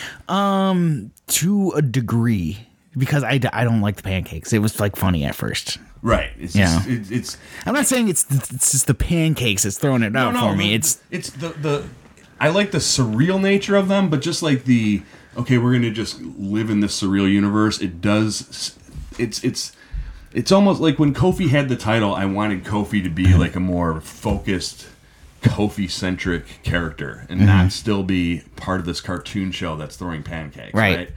To a degree because I, d- I don't like the pancakes. It was like funny at first. Right. It's just, Yeah. it, it's I'm not saying it's it's just the pancakes that's throwing it out for me. the- It's it's the the I like the surreal nature of them, but just like the okay, we're gonna just live in this surreal universe. It does. It's it's it's almost like when Kofi had the title. I wanted Kofi to be like a more focused. Kofi centric character and Mm-hmm. not still be part of this cartoon show that's throwing pancakes. Right.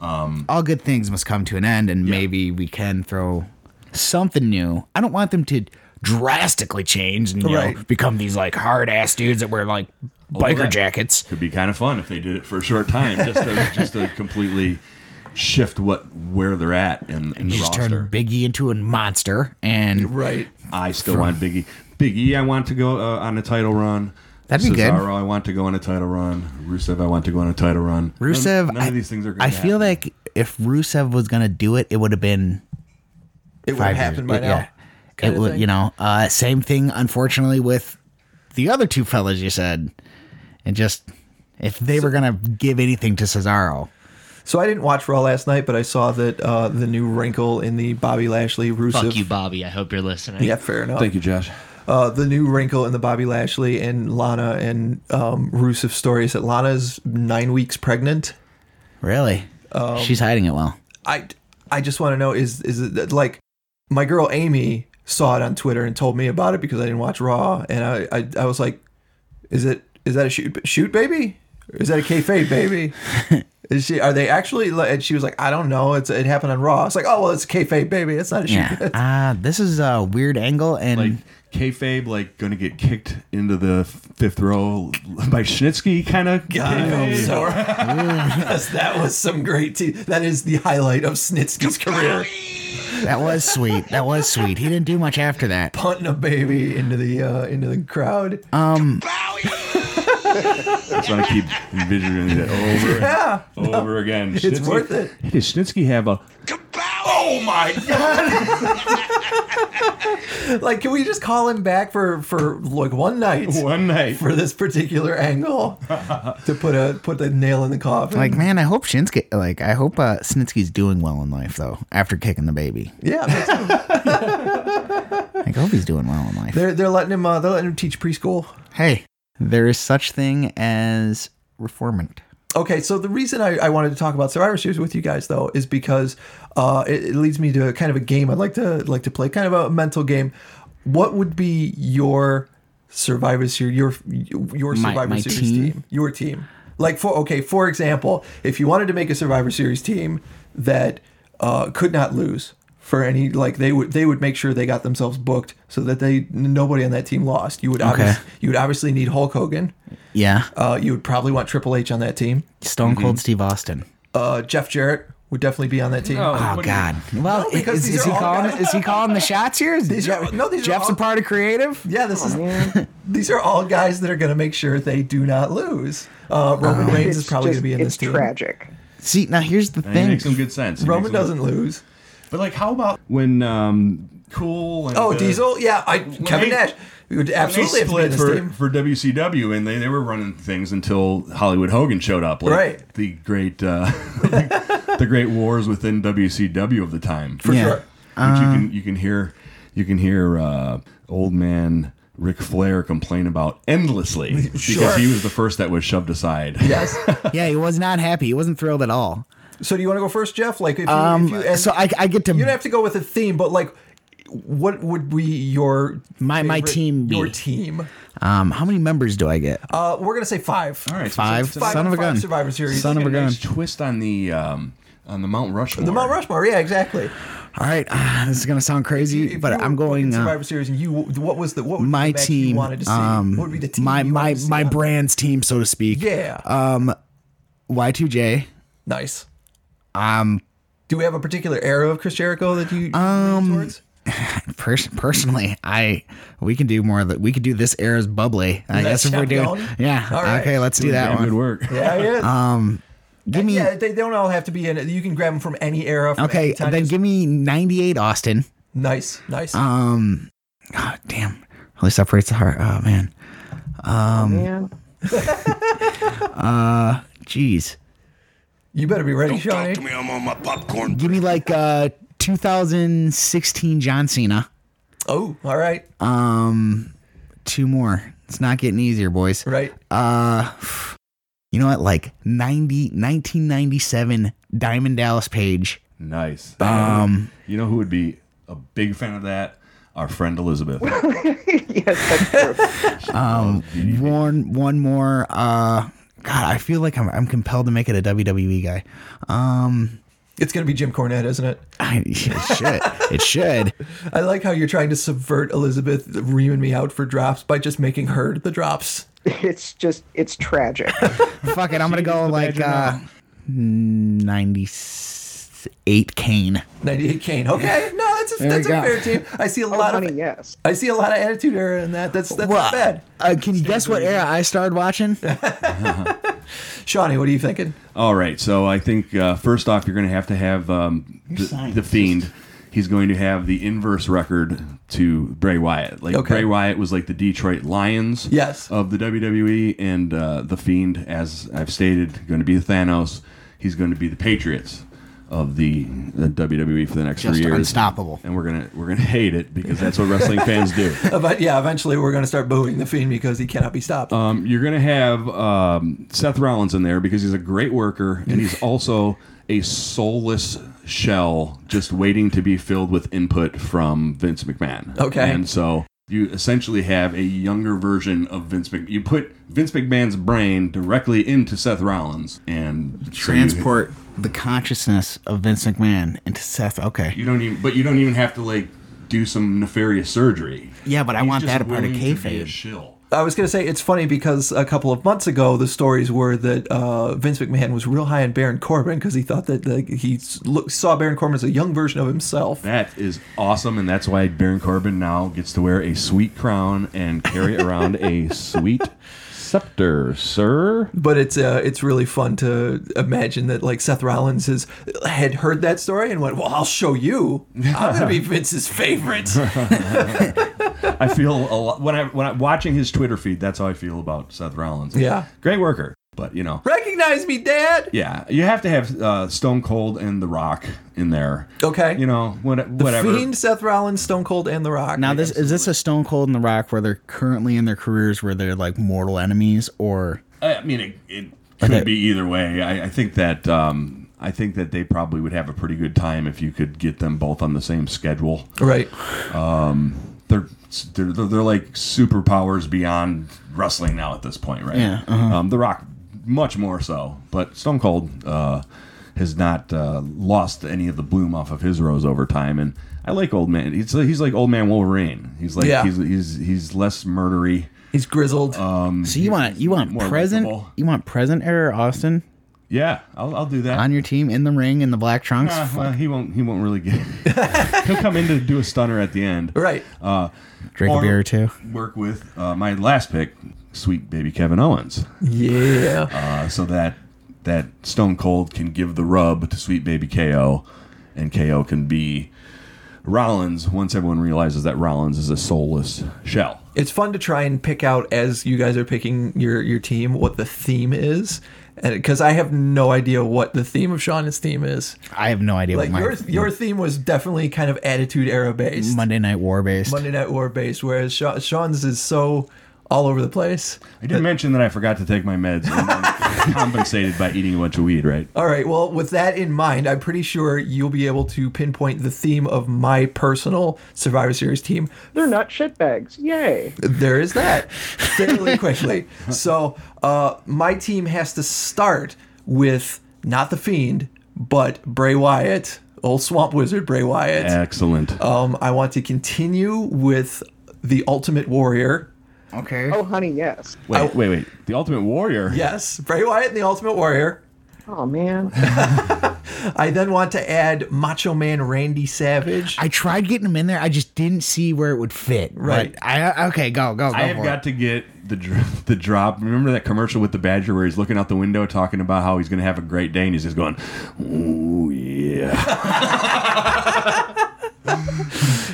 right? all good things must come to an end and maybe we can throw something new. I don't want them to drastically change and you know Right. become these like hard ass dudes that wear like biker that- jackets. Could be kind of fun if they did it for a short time, just to, just to completely shift what where they're at in, in the You just roster. turn Biggie into a monster and Right. I still want Biggie. Big E, I want to go uh, on a title run. That'd be good. Cesaro, I want to go on a title run. Rusev, I want to go on a title run. None- Rusev. none, I, of these things are. Gonna I feel happen. like if Rusev was gonna do it, it would have been It would five have years- happened by it- now. yeah. It kinda would, thing. you know. Uh, same thing, unfortunately, with the other two fellas you said, and just if they were gonna give anything to Cesaro, So I didn't watch Raw last night, but I saw that uh, the new wrinkle in the Bobby Lashley Rusev. Fuck you, Bobby. I hope you're listening. Yeah, fair enough. Thank you, Josh. Uh, the new wrinkle in the Bobby Lashley and Lana and um, Rusev story is that Lana's nine weeks pregnant. really, Um, she's hiding it well. I I just want to know is is it that, like my girl Amy saw it on Twitter and told me about it because I didn't watch Raw and I I, I was like, is it is that a shoot shoot baby? Or Is that a kayfabe baby? Is she? Are they actually? li- And she was like, I don't know. It's it happened on Raw. It's like, oh well, it's a kayfabe baby. It's not a shoot. [laughs] Yeah, uh, this is a weird angle, and Like kayfabe, like gonna get kicked into the f- fifth row [laughs] by Schnitzky, kind of. So- Yes, [laughs] that was some great tea. That is the highlight of Snitsky's career. [laughs] that was sweet. That was sweet. He didn't do much after that. Punting a baby into the uh, into the crowd. I just want to keep envisioning that [laughs] over, yeah, and over again. it's worth it. Does Schnitzky have a? Oh my god! Like, can we just call him back for for like one night One [laughs] night. for this particular angle to put a put the nail in the coffin? Like, man, I hope Shinsuke, like, I hope uh, Snitsky's doing well in life, though, after kicking the baby. yeah, that's- Like, I hope he's doing well in life. they're they're letting him uh, they're letting him teach preschool. hey, there is such thing as reformant. Okay, so the reason I, I wanted to talk about Survivor Series with you guys though is because uh, it, it leads me to kind of a game I'd like to like to play, kind of a mental game. What would be your Survivor Series your your My- Survivor my Series team? team? Your team, like for okay, for example, if you wanted to make a Survivor Series team that uh, could not lose for any like they would they would make sure they got themselves booked so that they nobody on that team lost. You would obviously you would obviously need Hulk Hogan. Yeah. Uh, you would probably want Triple H on that team Stone Cold Steve Austin. uh, Jeff Jarrett would definitely be on that team. Ah, Oh, God. Well, because is, these is are he all calling, guys- is he calling the shots here? Is These are- Jeff- no, these are Jeff's all- a part of creative? Yeah, this is. [laughs] These are all Um, guys that are going to make sure they do not lose. Uh, Roman Reigns is probably going to be in it's this team. tragic. See, now here's the And it thing. makes some good sense. It Roman makes a little- doesn't lose. But like, how about when um, Cool? And Oh, uh, Diesel? Yeah, I, Kevin they- Nash. We would when they absolutely have to be in split this for, team. for WCW, and they, they were running things until Hollywood Hogan showed up. Like Right. The great uh, the great wars within WCW of the time. For Yeah. sure. which you can you can hear you can hear uh, old man Ric Flair complain about endlessly because Sure. he was the first that was shoved aside. Yes. [laughs] yeah, he was not happy. He wasn't thrilled at all. so do you want to go first, Jeff? Like, if you, Um, if you and so I, I get to you don't have to go with a theme, but like, what would be your My- my favorite- team be? Your team. um, how many members do I get? Uh, we're gonna say five. All right, so Five. it's- it's Five, Son of a five gun. Survivor Series. Son of a a gun. nice twist on the um, on the Mount Rushmore. the Mount Rushmore. Yeah, exactly. All right, ah, this is gonna sound crazy, If but you were I'm in going. Uh, Survivor Series, and you what was the what would my be the match you team. wanted to see? Um, what would be the team my you my wanted to see my uh, on- brand's team, so to speak. Yeah, Y2J. nice. Um, Do we have a particular era of Chris Jericho that you um, towards? pers- personally, I we can do more of that. We could do this era's bubbly. I Let's guess if we're shut doing, down. yeah. All right. Okay, let's do that Damn one. good work. Yeah, um, yeah. Give me yeah, they don't all have to be in it. You can grab them from any era. From okay. any time. Then Just- give me 98 Austin. nice, nice. Um, God damn, really separates the heart. Oh man, Um, man. [laughs] jeez. you better be ready, Don't talk Shawnee. [laughs] to me. I'm on my popcorn. Give me like uh 2016 John Cena. Um, Oh, all right, Two more. It's not getting easier, boys. Uh, right. You know what? Like 90 1997 Diamond Dallas Page. Nice. Um, you know who would be a big fan of that? Our friend Elizabeth. [laughs] yes, that's true. One one more. Uh, God, I feel like I'm I'm compelled to make it a WWE guy. Um, It's gonna be Jim Cornette, isn't it? I, it should. it should. I like how you're trying to subvert Elizabeth reaming me out for drops by just making her the drops. It's just, it's [laughs] [laughs] tragic. Fuck it. I'm gonna go like uh, 98 Kane. 98 Kane. [laughs] Okay, no, that's a, we that's a go. fair team. I [laughs] see a Oh, lot honey, of yes. I see a lot of attitude error in that. That's that's Well, not bad. Uh, can you guess what era I started watching? Shawnee, what are you thinking? All right. So I think uh, first off, you're going to have to have um, the, the Fiend. He's going to have the inverse record to Bray Wyatt. Like Okay. Bray Wyatt was like the Detroit Lions Yes. of the WWE, and uh, the Fiend, as I've stated, going to be the Thanos. He's going to be the Patriots of the, the WWE for the next Just three years. unstoppable. And we're gonna we're gonna hate it because that's what wrestling fans [laughs] do. But yeah, eventually we're gonna start booing the fiend because he cannot be stopped. Um, you're going to have um, Seth Rollins in there because he's a great worker and he's also a soulless shell just waiting to be filled with input from Vince McMahon. Okay. And so you essentially have a younger version of Vince McMahon. You put Vince McMahon's brain directly into Seth Rollins and so you- Transport the consciousness of Vince McMahon into Seth. Okay. you don't even, but you don't even have to like do some nefarious surgery. Yeah, but I He's want just that a part of willing to be a kayfabe. shill. I was going to say it's funny because a couple of months ago the stories were that uh, Vince McMahon was real high on Baron Corbin because he thought that like, he s- look, saw Baron Corbin as a young version of himself. That is awesome, and that's why Baron Corbin now gets to wear a sweet crown and carry [laughs] around a sweet scepter, sir. But it's uh, it's really fun to imagine that like Seth Rollins has had heard that story and went, "Well, I'll show you. I'm going to [laughs] be Vince's favorite." I feel a lot when I when I watching his Twitter feed. That's how I feel about Seth Rollins. Yeah. great worker, but you know, Recognize me, Dad. yeah, you have to have uh, Stone Cold and The Rock in there. Okay. [laughs] you know, what, The whatever. Fiend, Seth Rollins, Stone Cold, and The Rock. Now, this is this a Stone Cold and The Rock where they're currently in their careers where they're like mortal enemies, or I mean, it, it Are could they- be either way. I, I think that um, I think that they probably would have a pretty good time if you could get them both on the same schedule. right. they're they're they're, they're like superpowers beyond wrestling now at this point, right? Yeah, uh-huh. Um, the Rock, much more so, but Stone Cold uh, has not uh, lost any of the bloom off of his rose over time, and I like old man. He's he's like old man Wolverine. He's like Yeah. he's, he's he's less murdery. He's grizzled. Uh, so you want you want more present likable. you want present era Austin Yeah, I'll, I'll do that. on your team in the ring in the black trunks. Uh, Fuck, well, he won't. He won't really [laughs] get. He'll come in to do a stunner at the end. right. Uh, drink a or beer or two. Work with uh, my last pick, sweet baby Kevin Owens. Yeah. Uh, so that that Stone Cold can give the rub to Sweet Baby KO, and KO can be Rollins once everyone realizes that Rollins is a soulless shell. It's fun to try and pick out as you guys are picking your your team what the theme is, and because I have no idea what the theme of Shauna's theme is. Oh I have no idea Like what my your your theme was definitely kind of attitude era based, Monday Night War based. Monday Night War based, whereas Sha- Sean's is so all over the place. I did mention that I forgot to take my meds and I'm compensated by eating a bunch of weed, right? All right. Well, with that in mind, I'm pretty sure you'll be able to pinpoint the theme of my personal Survivor Series team. They're not shitbags. Yay. There is that fairly quickly. So uh, my team has to start with not the Fiend, but Bray Wyatt, old Swamp Wizard Bray Wyatt. Excellent. Um, I want to continue with the Ultimate Warrior. okay. Oh, honey, yes. wait, wait, wait. The Ultimate Warrior. Yes, Bray Wyatt and the Ultimate Warrior. Oh, man. I then want to add Macho Man Randy Savage. I tried getting him in there. I just didn't see where it would fit. Right. But I okay. Go go go. I have for got to get the dr- the drop. Remember that commercial with the badger where he's looking out the window talking about how he's going to have a great day and he's just going, "Ooh yeah." [laughs]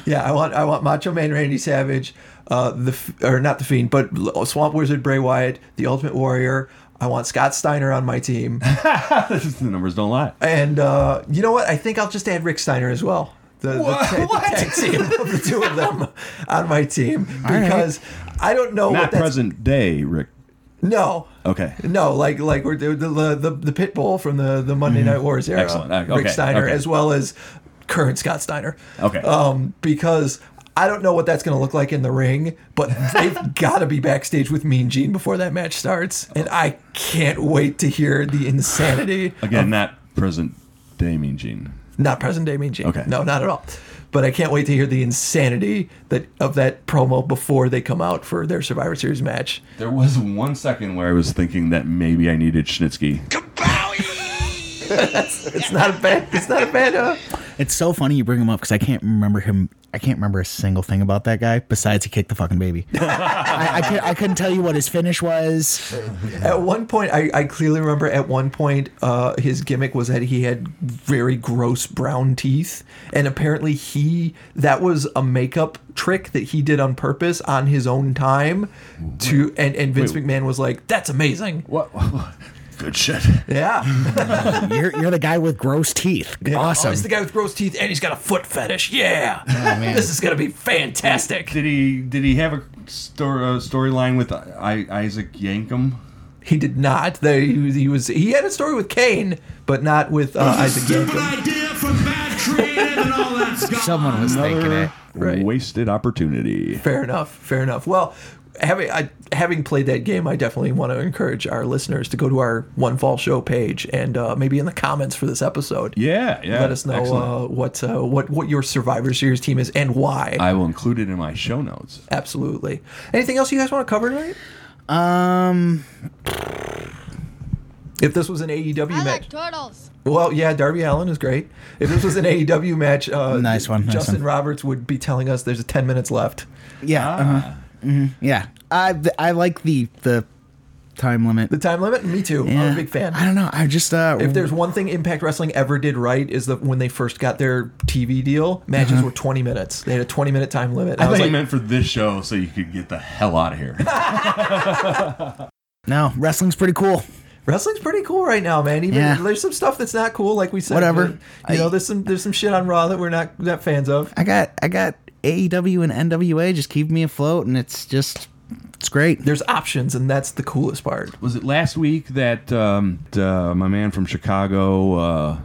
Yeah, I want I want Macho Man Randy Savage, uh, the F- or not the Fiend, but L- Swamp Wizard Bray Wyatt, the Ultimate Warrior. I want Scott Steiner on my team, the numbers don't lie. and uh, you know what? I think I'll just add Rick Steiner as well. The, the, Wha- ta- the what? tag team of the two of [laughs] them on my team because I don't know what Not that's present day, Rick. no. Okay. No, like like we're the the the, the pit bull from the the Monday Night Wars era. Mm-hmm. Excellent. Uh, Okay, Rick Steiner okay. as well as current Scott Steiner. Okay. Um, because I don't know what that's going to look like in the ring, but [laughs] they've got to be backstage with Mean Gene before that match starts, and I can't wait to hear the insanity. Again, not present day mean Gene. Not present day Mean Gene. Okay. No, not at all. But I can't wait to hear the insanity that of that promo before they come out for their Survivor Series match. There was one second where I was thinking that maybe I needed Schnitzky. It's not a bad. It's not a bad. Uh, it. It's so funny you bring him up because I can't remember him. I can't remember a single thing about that guy besides he kicked the [laughs] fucking baby. I, I, could, I couldn't tell you what his finish was. At one point, I, I clearly remember at one point uh, his gimmick was that he had very gross brown teeth. And apparently, he that was a makeup trick that he did on purpose on his own time. To and, and Vince Wait. McMahon was like, That's amazing. What? [laughs] Good shit. Yeah. You're, you're the guy with [laughs] gross teeth. Oh, awesome. he's the guy with gross teeth and he's got a foot fetish. Yeah. Oh, man. [laughs] This is going to be fantastic. Did he did he have a story uh, storyline with I, Isaac Yankum? He did not. They, he, was, he was he had a story with Kane, but not with [laughs] uh, Isaac Yankem. idea from bad creative and all that stuff. Someone was thinking it. Right. Wasted opportunity. Fair enough. Fair enough. Well, having I, having played that game, I definitely want to encourage our listeners to go to our One Fall Show page and uh, maybe in the comments for this episode, Yeah, yeah. let us know excellent. uh, what uh, what what your Survivor Series team is and why. I will include it in my show notes. Absolutely. Anything else you guys want to cover tonight? Um, If this was an AEW I match, like turtles. well, yeah, Darby Allen is great. If this [laughs] was an AEW match, uh, Nice one, nice Justin one. Roberts would be telling us there's 10 minutes left. yeah, Ah. uh-huh. Mhm, yeah. I I like the the time limit. The time limit? Me too. I'm Yeah. a big fan. I don't know. I just uh, If there's one thing Impact Wrestling ever did right is that when they first got their TV deal, matches Uh-huh. were 20 minutes. They had a 20 minute time limit. And I, I, was thought you like, meant for this show so you could get the hell out of [laughs] here. no wrestling's pretty cool. wrestling's pretty cool right now, man. Even Yeah. there's some stuff that's not cool, like we said. Whatever. You know, there's some there's some shit on Raw that we're not not fans of. I got I got AEW and NWA just keep me afloat, and it's just it's great. There's options, and that's the coolest part. Was it last week that um, t- uh, my man from Chicago uh,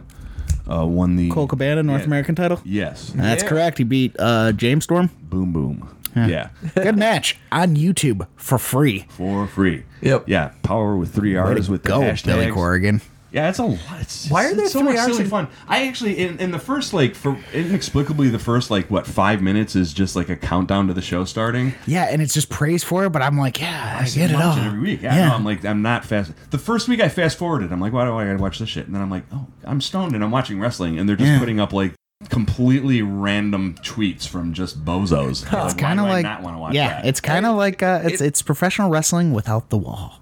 uh, won the Cole Cabana North Yeah. American title. Yes, That's correct. He beat uh, James Storm. boom boom. Yeah. Good match on YouTube for free. for free. Yep. Yeah, power with three R's with the Go hashtags. Billy Corrigan. Yeah, it's a lot. It's, Why are it's there so three much hours silly in- fun? I actually in, in the first like for inexplicably the first like what five minutes is just like a countdown to the show starting. Yeah, and it's just praise for it, but I'm like, yeah, I, get it watch all. every week. Yeah, no, I'm like I'm not fast. The first week I fast forwarded. I'm like, why do I gotta watch this shit? And then I'm like, oh, I'm stoned and I'm watching wrestling, and they're just Yeah. putting up like completely random tweets from just bozos. It's It's kind of like not want to watch yeah, that? it's kind of like uh, it's it's professional wrestling without the wall.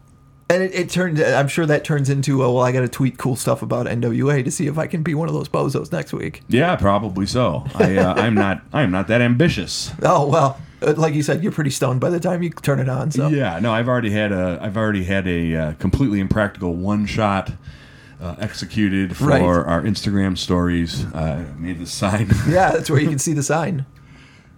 And it, it turned. I'm sure that turns into a, well, I got to tweet cool stuff about NWA to see if I can be one of those bozos next week. Yeah, probably so. I, [laughs] uh, I'm not. I am not that ambitious. Oh well, uh, like you said, you're pretty stoned by the time you turn it on. So Yeah, no, I've already had a. I've already had a uh, completely impractical one shot. Uh, executed for Right. our Instagram stories. Uh, I made the [laughs] sign. yeah, that's where you can see the sign.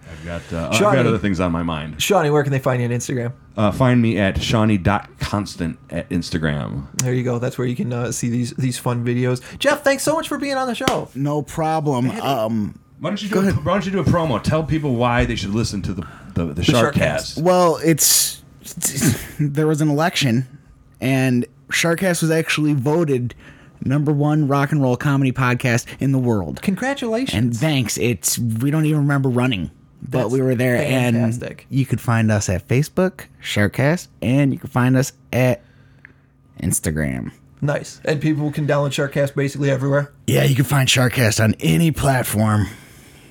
I've got, uh, I've Shawnee. got other things on my mind. Shawnee, where can they find you on Instagram? Uh, find me at Shawnee.constant at Instagram. There you go. That's where you can uh, see these these fun videos. Jeff, thanks so much for being on the show. No problem. Um, Why don't you do a, why don't you do a promo? Tell people why they should listen to the the, the, Sharkcast. well, it's, [laughs] there was an election, and Sharkcast was actually voted number one rock and roll comedy podcast in the world. Congratulations. And thanks. It's we don't even remember running, but That's we were there. fantastic. And you could find us at Facebook Sharkcast, and you can find us at Instagram. nice. And people can download Sharkcast basically everywhere. Yeah, you can find Sharkcast on any platform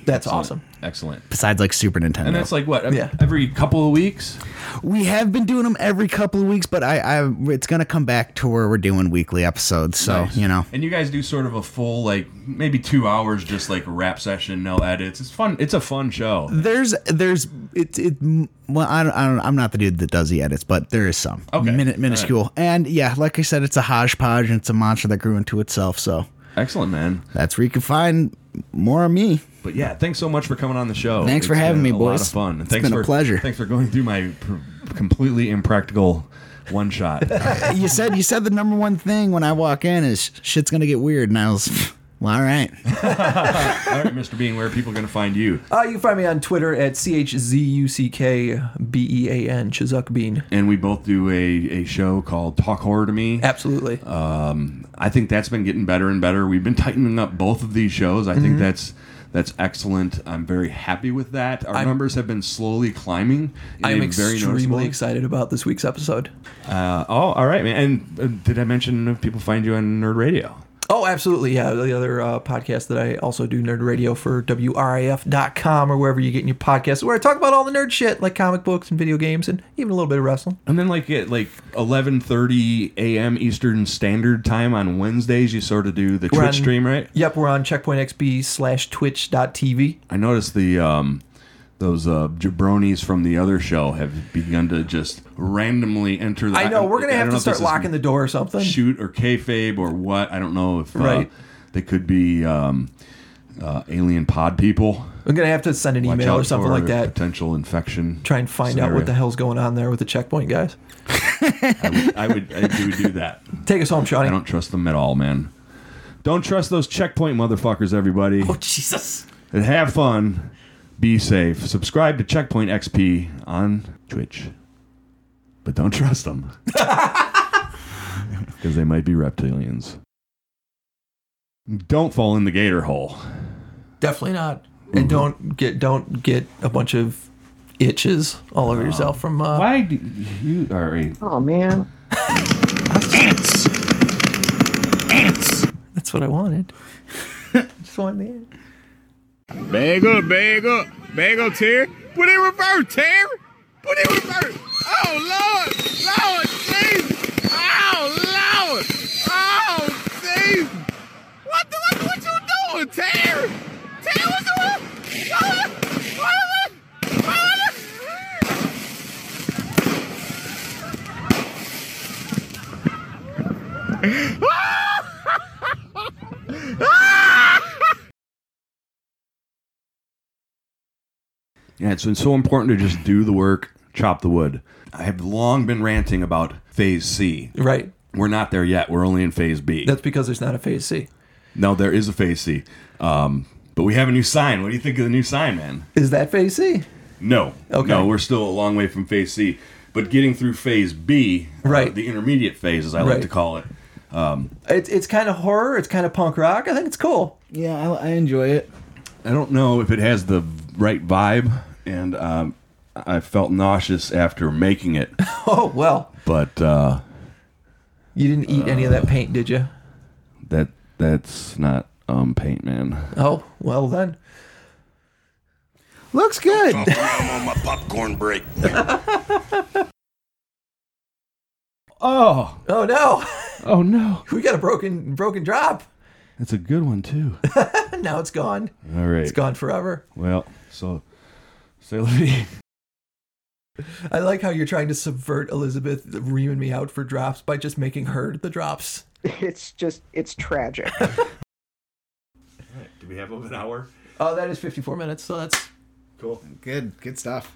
That's awesome. Excellent. besides like Super Nintendo. And that's like what Yeah. every couple of weeks. we have been doing them every couple of weeks, but I, I it's gonna come back to where we're doing weekly episodes. So you know, And you guys do sort of a full like maybe two hours just like rap session, no edits. It's fun. It's a fun show. there's there's it it well I don't, I don't I'm not the dude that does the edits, but there is some Okay. Min- All right. minuscule. And yeah, like I said, it's a hodgepodge and it's a monster that grew into itself. So Excellent, man. that's where you can find more of me. But yeah, thanks so much for coming on the show. Thanks for It's having been me, a lot boys. of fun. It's thanks been a for pleasure. Thanks for going through my pr- completely impractical one [laughs] shot. you said you said the number one thing when I walk in is shit's gonna get weird, and I was [laughs] well, all right. All right, Mr. Bean, where are people going to find you? Uh, you can find me on Twitter at C-H-Z-U-C-K-B-E-A-N, Chuzuck Bean. And we both do a, a show called Talk Horror to Me. Absolutely. I think that's been getting better and better. We've been tightening up both of these shows. I Mm-hmm. think that's that's excellent. I'm very happy with that. Our numbers have been slowly climbing. in I'm a very noticeable- extremely excited about this week's episode. Uh, oh, all right, man. And uh, did I mention if people find you on Nerd Radio? Oh, absolutely. Yeah, the other uh, podcast that I also do, Nerd Radio for WRIF.com or wherever you get your podcasts, where I talk about all the nerd shit like comic books and video games and even a little bit of wrestling. And then like at like 11:30 a.m. Eastern Standard Time on Wednesdays, you sort of do the We're Twitch on- stream, right? Yep, we're on checkpointxb slash twitch.tv. I noticed the um, those uh, jabronis from the other show have begun to just randomly enter. The, I know, we're going to I have don't know to start if this is locking the door or something. shoot or kayfabe or what. I don't know if uh, Right. they could be um, uh, alien pod people. I'm going to have to send an Watch email out or something for like that. Potential infection. Try and find out what the hell's going on there with the checkpoint guys. hell. I would, I would, I would do [laughs] that. Take us home, Shawnee. I don't trust them at all, man. Don't trust those checkpoint motherfuckers, everybody. oh, Jesus. And have fun. Be safe. Subscribe to Checkpoint XP on Twitch. But don't trust [laughs] them. Because they might be reptilians. Don't fall in the gator hole. Definitely not. And don't get don't get a bunch of itches all over yourself from uh, Why do you are a Oh man. That's what I wanted. [laughs] Just wanted the end. Bagel, bagel, bagel, Terry. Put in reverse, Terry. Put in reverse. Oh, Lord. Lord, Jesus. Oh, Lord. Oh, Jesus. What the, what, what you doing, Terry? Terry, what's going on? What, what, what, what, what? Yeah, it's been so important to just do the work, chop the wood. I have long been ranting about phase C. Right. We're not there yet. We're only in phase B. That's because there's not a phase C. no, there is a phase C. Um, but we have a new sign. What do you think of the new sign, man? Is that phase C? No. Okay. No, we're still a long way from phase C. But getting through phase B, uh, Right. the intermediate phase, as I Right. like to call it. It's it's kind of horror. It's kind of punk rock. I think it's cool. [laughs] Yeah, I, I enjoy it. I don't know if it has the right vibe, and um, I felt nauseous after making it. Oh well, but uh, you didn't eat any of that paint, did you? that that's not um, paint, man. Oh well then. Looks good. I'm on my popcorn break. Oh, Oh no, [laughs] oh no. we got a broken broken drop. [laughs] That's a good one [laughs] too. Now it's gone. All right. It's gone forever. Well, so Sailor V. I like how you're trying to subvert Elizabeth reaming me out for drops by just making her the drops. It's just, it's tragic. Do we have over an hour? Oh, that is 54 minutes, so that's Cool. Good, good stuff.